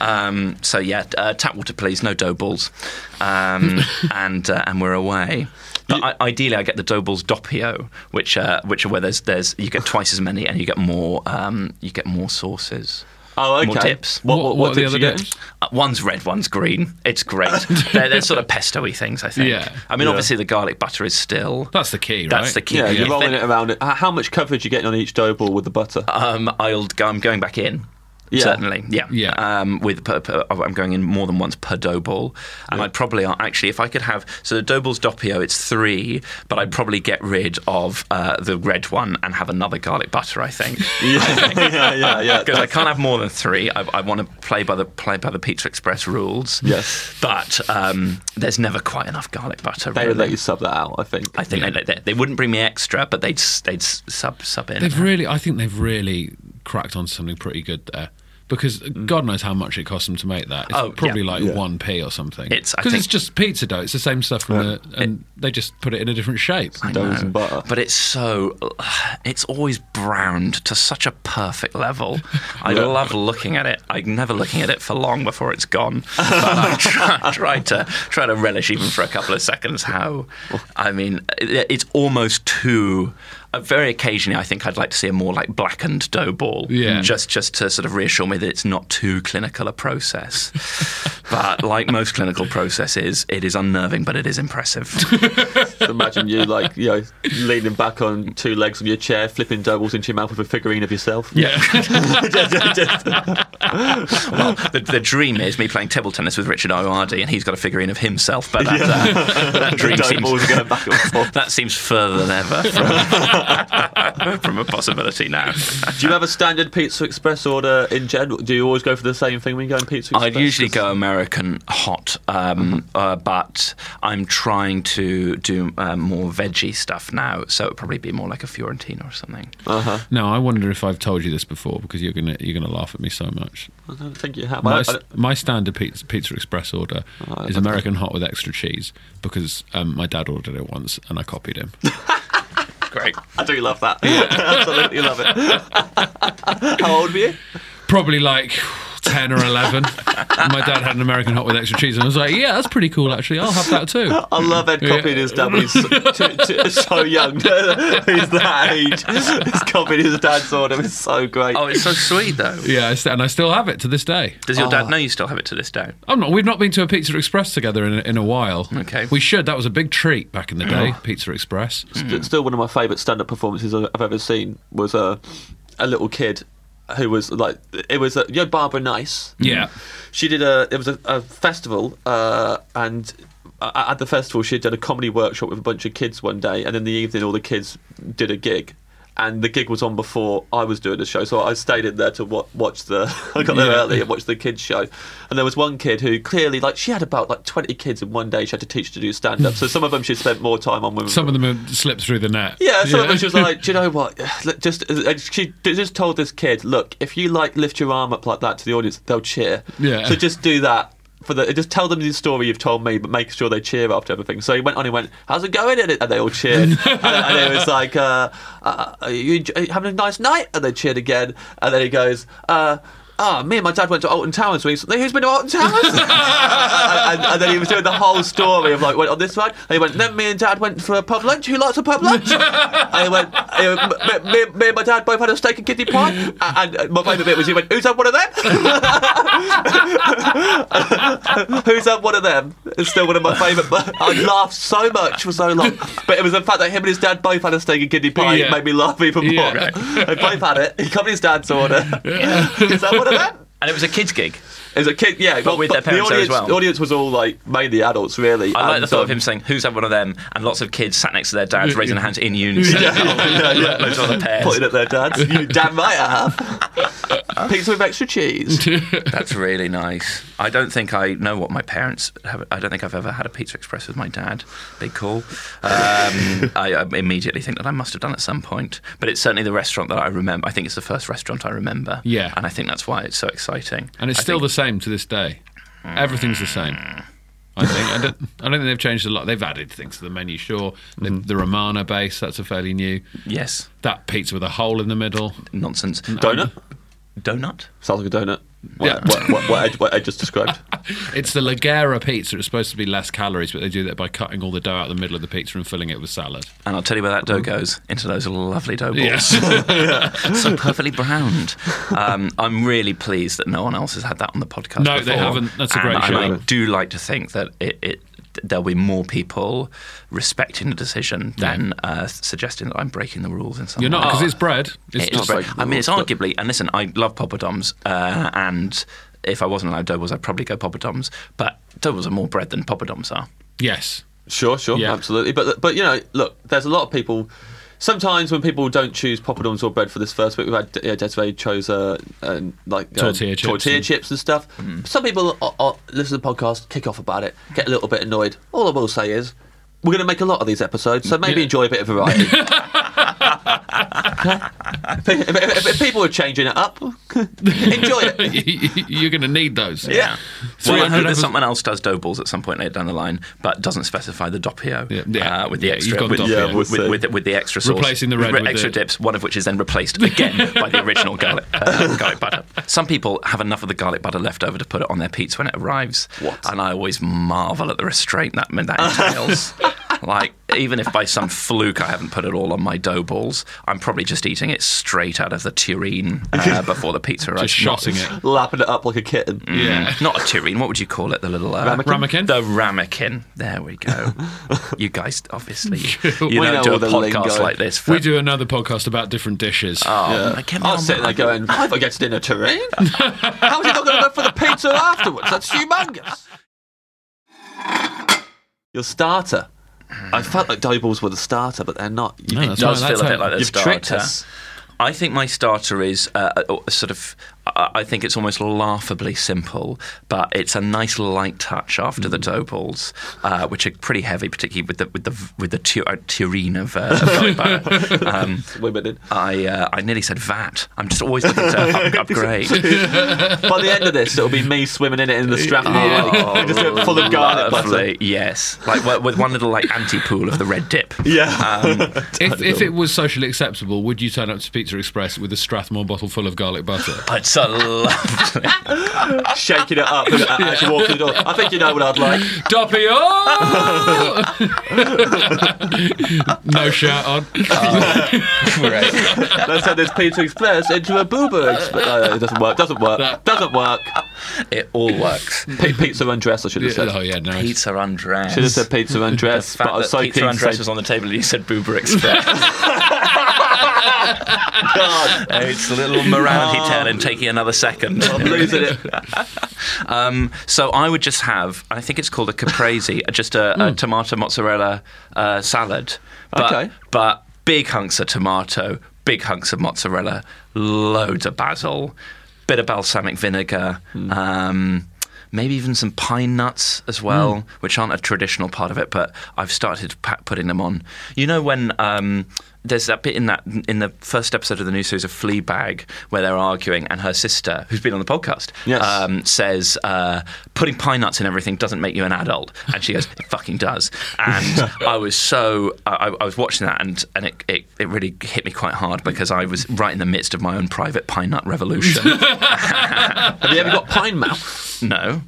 C: Um, so yeah, uh, tap water, please. No dough balls, um, and uh, and we're away. But I, ideally, I get the dough balls doppio, which uh, which are where there's there's you get twice as many and you get more um, you get more sauces.
B: Oh, okay.
C: More tips.
B: What, what,
A: What,
B: what,
A: what are the
B: tips
A: other
B: you get?
A: games?
C: Uh, one's red, one's green. It's great. they're, they're sort of pesto-y things, I think.
A: Yeah.
C: I mean, obviously the garlic butter is still
A: That's the key, right?
C: that's the key.
B: Yeah, you're
C: If
B: rolling
C: they-
B: it around. H- How much coverage are you getting on each dough ball with the butter?
C: Um, I'll go, I'm going back in.
B: Yeah.
C: Certainly, yeah,
A: Yeah.
C: Um, with per, per, I'm going in more than once per dough ball, and I'd probably uh, actually, if I could have, so the dough ball's doppio, it's three, but I'd probably get rid of uh, the red one and have another garlic butter. I think
B: yeah, yeah, yeah, yeah.
C: because I can't have more than three. I, I want to play by the play by the Pizza Express rules.
B: Yes.
C: but um, there's never quite enough garlic butter.
B: They would let
C: really.
B: you sub that out, I think.
C: I think they, they, they wouldn't bring me extra, but they'd s- they'd s- sub sub in.
A: They've really, I think they've really cracked on something pretty good there. Because God knows how much it cost them to make that. It's
C: Mm. Oh, yeah.
A: probably like one p or something.
C: It's- I
A: because it's
C: think-
A: just pizza dough. It's the same stuff from the, and they just put it in a different shape.
B: Doughs and butter.
C: But it's so, it's always browned to such a perfect level. I love looking at it. I'm never looking at it for long before it's gone. But I try, try to try to relish even for a couple of seconds how, I mean, it, it's almost too. Uh, very occasionally, I think I'd like to see a more like blackened dough ball,
A: Yeah.
C: just just to sort of reassure me that it's not too clinical a process. but like most clinical processes, it is unnerving, but it is impressive.
B: Imagine you like you know leaning back on two legs of your chair, flipping dough balls into your mouth with a figurine of yourself.
A: Yeah,
C: well, the, the dream is me playing table tennis with Richard O'Hardy, and he's got a figurine of himself. But that, uh, that
B: The
C: dream
B: dough balls are
C: seems
B: going back and forth.
C: that seems further than ever from, from a possibility now.
B: Do you have a standard Pizza Express order in general? Do you always go for the same thing when you go in Pizza Express?
C: I'd usually go American hot, um, uh, but I'm trying to do uh, more veggie stuff now, so it'd probably be more like a Fiorentina or something.
A: Now I wonder if I've told you this before because you're gonna you're gonna laugh at me so much.
B: I don't think you have.
A: My,
B: I-
A: s-
B: I-
A: my standard pizza, pizza express order
B: Oh,
A: is American hot with extra cheese because um, my dad ordered it once and I copied him.
C: Great.
B: I do love that. Absolutely love it. How old were you?
A: Probably like ten or eleven. my dad had an American hot with extra cheese and I was like, yeah, that's pretty cool actually. I'll have that too.
B: I love Ed copying his dad. when He's so, too- too- so young. he's that age. He's copying his dad's order. It's so great.
C: Oh, it's so sweet though.
A: Yeah, I st- and I still have it to this day.
C: Does your dad know you still have it to this day?
A: I'm not. We've not been to a Pizza Express together in a, in a while.
C: Okay. Oh.
A: we should. That was a big treat back in the day. Pizza Express.
B: St- still one of my favourite stand-up performances I- I've ever seen was a a little kid who was like it was a, you know Barbara Nice
A: Yeah.
B: she did a it was a, a festival uh, and a- at the festival she had done a comedy workshop with a bunch of kids one day and in the evening all the kids did a gig and the gig was on before I was doing the show, so I stayed in there to wa- watch the. I got there early and watched the kids show, and there was one kid who clearly, like, she had about like twenty kids in one day. She had to teach to do stand up, so some of them she spent more time on with.
A: Some of them slipped through the net.
B: Yeah, so she was like, "Do you know what? Look, Just uh, and she just told this kid, look, if you like lift your arm up like that to the audience, they'll cheer.
A: Yeah.
B: So just do that for the. Just tell them the story you've told me, but make sure they cheer after everything. So he went on and went, "How's it going?" And it- and they all cheered, and, and it was like, uh, uh, are you, enj- "Are you having a nice night?" And they cheered again, and then he goes. Uh, Ah, me and my dad went to Alton Towers recently. Who's been to Alton Towers? and, and then he was doing the whole story of like went on this ride. And he went. Then me and dad went for a pub lunch. Who likes a pub lunch? and he went. he went, "M- me, me, and my dad both had a steak and kidney pie. A- And uh, my favourite bit was he went. Who's had one of them? Who's had one of them? It's still one of my favourite. bu- I laughed so much for so long. But it was the fact that him and his dad both had a steak and kidney pie.
A: Yeah.
B: It made me laugh even more.
A: Yeah.
B: they both had it. He covered his dad's order. Who's had one of them?
C: And it was a kids' gig.
B: As a kid, yeah,
C: But with their parents
B: the
C: there
B: audience,
C: as well.
B: The audience was all like mainly adults, really.
C: I like
B: and,
C: the thought of
B: um,
C: him saying, "Who's had one of them?" and lots of kids sat next to their dads, raising their hands in unison. Loads of other pairs.
B: pointing at their dads. you damn right I have. Pizza with extra cheese.
C: That's really nice. I don't think I know what my parents have. I don't think I've ever had a Pizza Express with my dad. Big call. Um, I, I immediately think that I must have done at some point. But it's certainly the restaurant that I remember. I think it's the first restaurant I remember.
A: Yeah.
C: And I think that's why it's so exciting.
A: And it's
C: I
A: still
C: think-
A: the same to this day. Everything's the same. I think. I don't, I don't think they've changed a lot. They've added things to the menu, sure. The,
C: Mm-hmm.
A: the Romana base, that's a fairly new.
C: Yes.
A: That pizza with a hole in the middle.
C: Nonsense.
B: Donut?
C: Donut?
B: Sounds like a donut. What,
A: Yeah.
B: what, what, what, Ed, what Ed just described.
A: It's the Lagera pizza. It's supposed to be less calories, but they do that by cutting all the dough out of the middle of the pizza and filling it with salad.
C: And I'll tell you where that dough goes into those lovely dough balls.
A: Mm-hmm. Yeah.
C: so perfectly browned. Um, I'm really pleased that no one else has had that on the podcast.
A: No, they
C: before.
A: haven't. That's a
C: And-
A: great
C: and
A: show.
C: I do like to think that it. it There'll be more people respecting the decision than uh, suggesting that I'm breaking the rules in some
A: You're not,
C: way.
A: because it's bread. It's
C: It's
A: just
C: bread.
B: breaking the
C: I mean, it's
B: rules, but-
C: arguably, and listen, I love Papa Doms, uh, and if I wasn't allowed Dobles, I'd probably go Papa Doms, but Dobles are more bread than Papa Doms are.
A: Yes.
B: Sure, sure,
A: Yeah.
B: absolutely. But but you know, look, there's a lot of people. Sometimes when people don't choose poppadoms or bread for this first week, we've had yeah, Desiree chose uh, um, like uh,
A: Tortilla chips
B: tortilla
A: and- Mm-hmm.
B: chips and stuff. Some people uh, uh, listen to the podcast, kick off about it, get a little bit annoyed. All I will say is. We're going to make a lot of these episodes, so maybe
A: Yeah.
B: enjoy a bit of variety. if, if- if people are changing it up, enjoy it.
A: You're going to need those.
B: Yeah.
C: Well,
A: 300
C: I know that
A: episodes-
C: someone else does dough balls at some point later down the line, but doesn't specify the doppio
A: Yeah, yeah.
C: uh, with the
A: Yeah, you've
C: extra
A: got
C: with,
A: doppio.
B: Yeah,
C: with,
B: we'll
C: with-
B: see.
C: with the- with the extra sauce,
A: Replacing the red with
C: extra
A: the-
C: dips, one of which is then replaced again by the original garlic uh, garlic butter. Some people have enough of the garlic butter left over to put it on their pizza when it arrives,
B: What?
C: and I always marvel at the restraint that that entails. Like even if by some fluke I haven't put it all on my dough balls, I'm probably just eating it straight out of the tureen uh, before the pizza arrives.
A: Just shotting it.
B: uh, Lapping it up like a kitten.
A: Yeah.
C: Not a tureen. What would you call it? The little uh,
B: Ramekin?
A: Ramekin?
C: The ramekin. There we go. you guys, obviously, you
B: We
C: don't
B: know
C: do
B: all
C: a
B: the
C: podcast
B: lingo.
C: like this. For,
A: We do another podcast about different dishes.
C: Oh,
B: Yeah.
C: I can't
B: I
C: remember.
B: was sitting there going, if I get to dinner terrain, how's he not going to go for the pizza afterwards? That's humongous. Your starter. I felt like dough balls were the starter, but they're not. You,
A: No,
C: It
A: that's
C: does
A: right,
C: feel a
A: that's
C: bit
A: how-
C: like the
B: you've
C: starter.
B: tricked us.
C: I think my starter is uh, a- a sort of. I I think it's almost laughably simple, but it's a nice light touch after the
B: Mm.
C: dough balls, uh, which are pretty heavy, particularly with the with the with the tu- uh, tureen of, uh, of garlic butter. Um,
B: women in.
C: I uh, I nearly said VAT. I'm just always looking to up- upgrade.
B: By the end of this, it'll be me swimming in it in the Oh, Strathmore Lake. Just a- full of garlic butter.
C: Lovely, Yes, like w- with one little like anti pool of the red dip.
B: Yeah.
A: if, if it was socially acceptable, would you turn up to Pizza Express with a Strathmore bottle full of garlic butter?
C: It's a lovely.
B: Shaking it up and- as you walk through the door. I think you know what I'd like.
A: Doppio! no shirt on.
C: Oh,
B: Let's have this Pizza Express into a Booba Express. No, no, it doesn't work. Doesn't work. Doesn't work.
C: It all works.
B: P- pizza undress, I should have said.
A: oh, yeah, no.
C: Pizza undress.
B: Should have said pizza and
C: The
B: dress,
C: fact
B: but I was
C: that
B: so keen
C: pizza
B: to
C: undress
B: say
C: was on the table and you said Boober Express.
B: God. Ah.
C: it's a little morality tale and taking another second.
B: Oh. I'm losing it.
C: Um, so I would just have, I think it's called a caprese, just a, a tomato mozzarella uh, salad. But,
B: Okay.
C: But big hunks of tomato, big hunks of mozzarella, loads of basil, bit of balsamic vinegar, um, maybe even some pine nuts as well, which aren't a traditional part of it, but I've started pa- putting them on. You know when. Um, there's that bit in that in the first episode of the new series of Fleabag where they're arguing, and her sister, who's been on the podcast,
B: Yes.
C: um, says uh, putting pine nuts in everything doesn't make you an adult, and she goes, "It fucking does." And I was so I, I was watching that, and and it, it it really hit me quite hard because I was right in the midst of my own private pine nut revolution.
B: Have you ever got pine mouth?
C: no,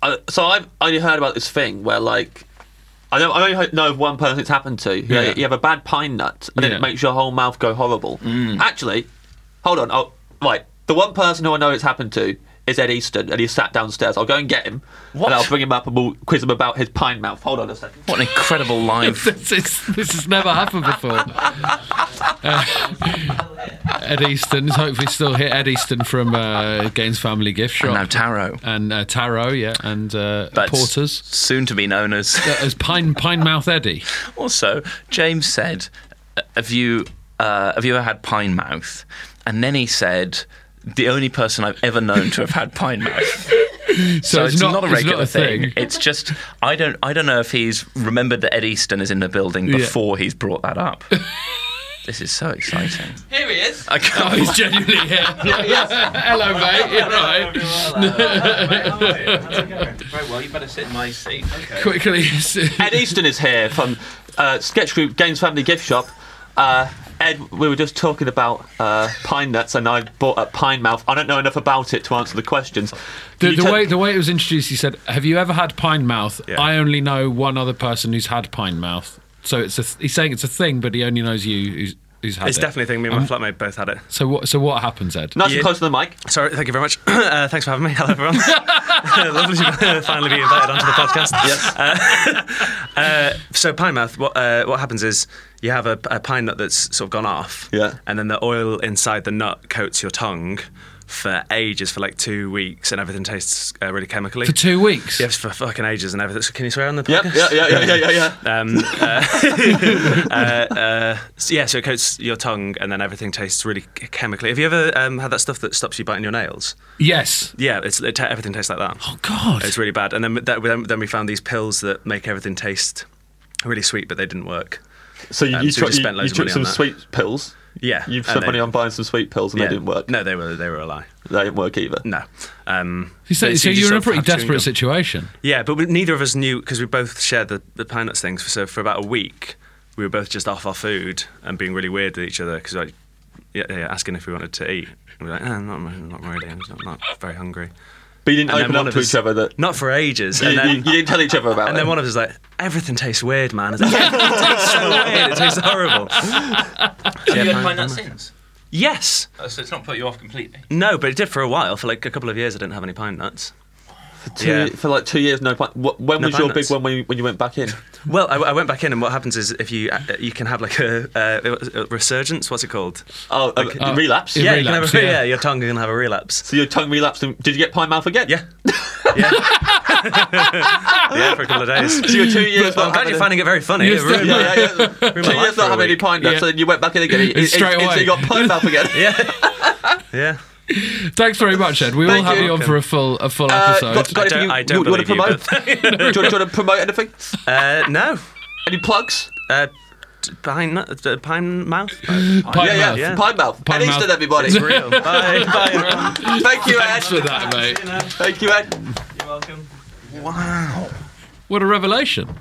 B: Uh, so I've only heard about this thing where like. I know. I only heard- know of one person it's happened to. You,
A: Yeah.
B: you have a bad pine nut, and then
A: Yeah.
B: it makes your whole mouth go horrible. Actually, hold on. Oh, right. The one person who I know it's happened to is Ed Easton, and he's sat downstairs. I'll go and get him,
C: What?
B: and I'll bring him up and we'll quiz him about his pine mouth. Hold on a second.
C: what an incredible live.
A: This, is, this has never happened before. Uh, Ed Easton is hopefully still here. Ed Easton from uh, Gaines Family Gift Shop.
C: And now tarot.
A: And uh, Tarot, yeah. And uh,
C: But
A: Porters.
C: soon to be known as.
A: Uh, As Pine Pine Mouth Eddie.
C: Also, James said, uh, "Have you uh, have you ever had pine mouth?" And then he said, "The only person I've ever known to have had pine mouth."
A: So,
C: So it's, not, a
A: it's
C: regular
A: not a
C: thing. It's just I don't I don't know if he's remembered that Ed Easton is in the building
A: Yeah.
C: before he's brought that up. this is so exciting.
B: Here he is.
C: I
A: Oh,
C: can't.
A: he's genuinely here. Hello, mate. You're right.
C: Very well, you better sit in my seat.
A: Quickly.
B: Ed Easton is here from uh, sketch group Games Family Gift Shop. Uh, Ed, we were just talking about uh, pine nuts, and I bought up pine mouth. I don't know enough about it to answer the questions.
A: The,
B: You
A: the
B: tell-
A: way the way it was introduced, he said, "Have you ever had pine mouth?"
C: Yeah.
A: I only know one other person who's had pine mouth. So it's a th- he's saying it's a thing, but he only knows you who's, who's had
F: It's
A: it.
F: definitely a thing. Me and my
A: Uh-huh.
F: flatmate both had it.
A: So what so what happens, Ed?
B: nice
F: Yeah.
B: and close to the mic.
F: Sorry, thank you very much. Uh, thanks for having me. Hello, everyone. Lovely to finally be invited onto the podcast. Uh, uh, so, pine mouth, what, uh, what happens is you have a, a pine nut that's sort of gone off,
B: Yeah.
F: and then the oil inside the nut coats your tongue for ages, for like two weeks, and everything tastes uh, really chemically.
A: For two weeks.
F: Yes, for fucking ages and everything. So can you swear on the
B: Yep,
F: podcast?
B: yeah, yeah, yeah, yeah, yeah, yeah.
F: Um, uh, uh, uh, so yeah, so it coats your tongue, and then everything tastes really ch- chemically. Have you ever um, had that stuff that stops you biting your nails?
A: Yes.
F: Yeah, it's, it ta everything tastes like that.
A: Oh God.
F: It's really bad. And then that, then, then we found these pills that make everything taste really sweet, but they didn't work.
B: So you,
F: Um,
B: you,
F: so we
B: took-
F: just
B: you-
F: spent loads
B: you
F: of
B: took
F: money on
B: some
F: that.
B: sweet pills.
F: Yeah,
B: You
F: and
B: spent
F: they-
B: money on buying some sweet pills, and
F: yeah.
B: they didn't work.
F: No, they were they were a lie.
B: They didn't work either.
F: No. Um,
A: You said-
F: but
A: so
F: you just
A: you're
F: sort
A: in a pretty
F: of have chewing
A: desperate
F: gum.
A: situation.
F: Yeah, but we, neither of us knew because we both shared the, the pine nuts things. So for about a week, we were both just off our food and being really weird with each other because like, yeah, yeah, asking if we wanted to eat. And we're like, eh, not, re- not really. I'm not, not very hungry.
B: But you didn't
F: And then
B: open
F: one
B: up
F: of
B: to
F: us-
B: each other. That
F: Not for ages.
B: you,
F: And
B: you-
F: then,
B: you didn't tell each other about
F: and
B: it.
F: then one of us is like, everything tastes weird, man. I was like, everything tastes so weird. It tastes horrible.
C: Have you
F: pine-
C: had pine
F: pine-
C: nut since?
F: Yes.
C: Uh, So it's not put you off completely.
F: No, but it did for a while. For like a couple of years, I didn't have any pine nuts.
B: two,
F: yeah.
B: for like two years. No, pine- wh- when
F: No
B: was your
F: pine
B: big
F: nuts.
B: one when you, when you went back in?
F: Well, I, I went back in, and what happens is if you uh, you can have like a, uh, a resurgence. What's it called?
B: Oh, uh,
A: Uh,
B: relapse.
A: yeah.
F: yeah, you can have
A: relapse,
F: a,
A: yeah.
F: yeah. your tongue can have a relapse.
B: So your tongue relapsed. And, did you get pine mouth again?
F: Yeah. Yeah. yeah, for a couple of days.
B: So you're two years.
F: Well, I'm
B: not
F: glad
B: having
F: you're
B: a-
F: finding it very funny.
A: Yes,
F: It ruined
B: Yeah,
F: my-
B: yeah, yeah. Two
F: my life
B: years
F: for
B: not
F: a
B: having any
F: week.
B: pine nuts,
A: Yeah.
B: and then you went back in again. It,
A: It's straight
B: it,
A: away.
B: you got pine mouth again.
F: yeah.
A: Thanks very much, Ed. We will
B: Thank
A: have
B: you.
A: you on for a full a full
B: Uh,
A: episode.
B: got, got
F: I
B: anything
F: don't-
B: you,
F: I don't
B: you, want to
F: believe you,
B: promote? do, you, want- do you want to promote anything?
F: Uh, no.
B: Any plugs?
F: Uh, t- pine, nut- uh, pine mouth.
A: Pine
B: yeah,
A: mouth.
B: yeah,
F: yeah.
B: Pine mouth.
A: Pine
B: Ed
A: mouth.
B: Easton, everybody.
F: It's real. Bye. Bye. everyone.
B: Thank you,
A: Thanks for
B: Ed.
A: that, mate.
B: Thank you, Ed.
F: You're welcome.
A: What a revelation.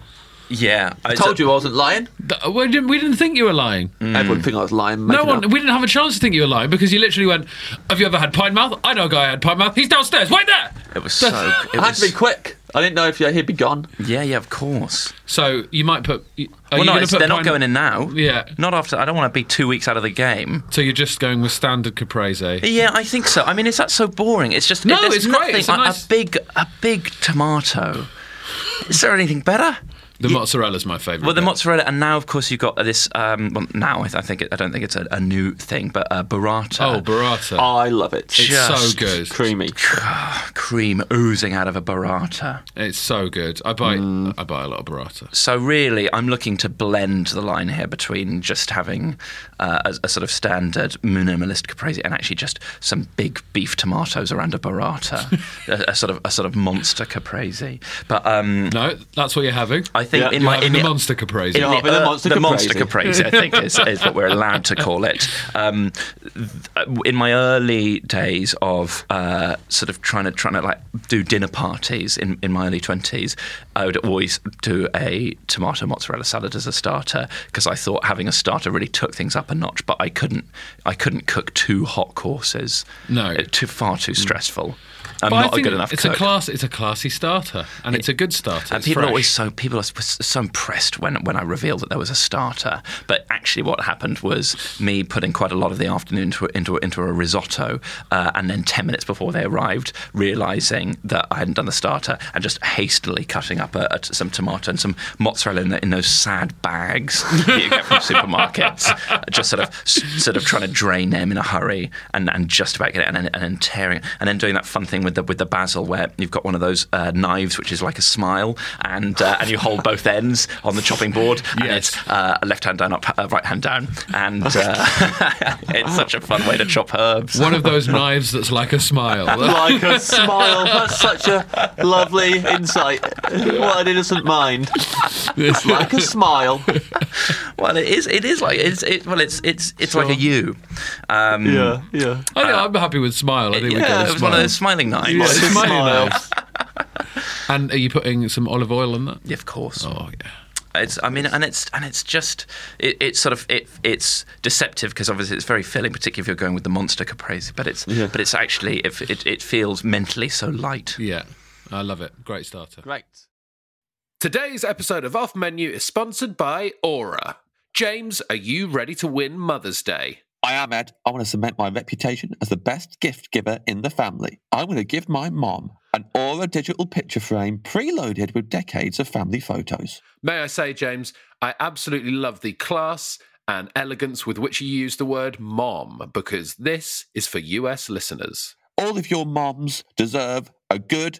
C: Yeah, I
B: Told you I wasn't lying.
A: Th- We didn't, we didn't think you were lying.
C: Mm.
B: Everyone think I was lying.
A: No
B: making
A: one.
B: up.
A: We didn't have a chance to think you were lying because you literally went. Have you ever had pine mouth? I know a guy who had pine mouth. He's downstairs. Wait there.
C: It was so. It
B: I had to be
C: was,
B: quick. I didn't know if yeah, he'd be gone.
C: yeah, yeah, of course.
A: So you might put. y- Are
C: well,
A: you
C: no,
A: gonna
C: it's,
A: put
C: they're not
A: pine-
C: going in now.
A: Yeah.
C: Not after. I don't want to be two weeks out of the game.
A: So you're just going with standard caprese.
C: Yeah, I think so. I mean, is that so boring? It's just
A: No,
C: there's
A: it's great. It's a
C: nothing-
A: nice-
C: big a big tomato. Is there anything better?
A: The mozzarella's my favourite.
C: Well, the
A: bit.
C: mozzarella, and now of course you've got this. Um, well, now I, th- I think it, I don't think it's a, a new thing, but uh, burrata.
A: Oh, burrata.
B: I love it.
A: it's so
C: just
A: good.
B: creamy.
C: cream oozing out of a burrata.
A: It's so good. I buy
C: Mm.
A: I buy a lot of burrata.
C: So really, I'm looking to blend the line here between just having uh, a, a sort of standard minimalist caprese and actually just some big beef tomatoes around a burrata, a, a sort of a sort of monster caprese. But um,
A: No, that's what you're having.
C: I think
B: Yeah,
C: in
B: you're
C: my
A: Having
C: in
A: the
C: the-
A: monster caprese.
B: Yeah. but the monster
C: Uh, the monster
B: caprese.
C: caprese, I think, is, is what we're allowed to call it. Um, th- in my early days of uh, sort of trying to trying to like do dinner parties in, in my early twenties, I would always do a tomato mozzarella salad as a starter because I thought having a starter really took things up a notch. But I couldn't I couldn't cook two hot courses.
A: No.
C: It- too far too stressful. I'm
A: But I
C: not a
A: think
C: good enough
A: It's
C: cook.
A: a class. It's a classy starter, and it's a good starter.
C: And
A: It's
C: people are
A: fresh.
C: always so people are s- so impressed when when I reveal that there was a starter. But actually, what happened was me putting quite a lot of the afternoon into into into a risotto, uh, and then ten minutes before they arrived, realizing that I hadn't done the starter, and just hastily cutting up a, a t some tomato and some mozzarella in, the, in those sad bags that you get from supermarkets, just sort of s- sort of trying to drain them in a hurry, and, and just about getting it, and then, and then tearing, it. and then doing that fun thing with the with the basil where you've got one of those uh, knives which is like a smile, and uh, and you hold both ends on the chopping board, and
A: Yes.
C: it's uh, left hand down, up, uh, right hand down, and uh, it's such a fun way to chop herbs.
A: one of those knives that's like a smile.
B: like a smile. That's such a lovely insight. What an innocent mind. It's like a smile.
C: Well, it is. It is like it's. It, well, it's it's it's like a U. Um,
B: Yeah, yeah.
A: I know, I'm happy with smile. I think we
C: yeah,
A: got
C: it
A: a
C: was one of
A: smile.
C: those smiling knives.
A: Yeah. It's a smile.
B: Smiles.
A: And are you putting some olive oil on that?
C: Yeah, of course.
A: Oh yeah.
C: It's, I mean, and it's and it's just it, it's sort of it, it's deceptive because obviously it's very filling, particularly if you're going with the monster caprese. But it's but it's actually it, it it feels mentally so light.
A: Yeah. I love it. Great starter.
B: Great.
E: Today's episode of Off Menu is sponsored by Aura. James, are you ready to win Mother's Day?
D: I am Ed. I want to cement my reputation as the best gift giver in the family. I'm going to give my mom an Aura digital picture frame preloaded with decades of family photos.
E: May I say, James, I absolutely love the class and elegance with which you use the word mom because this is for US listeners.
D: All of your moms deserve a good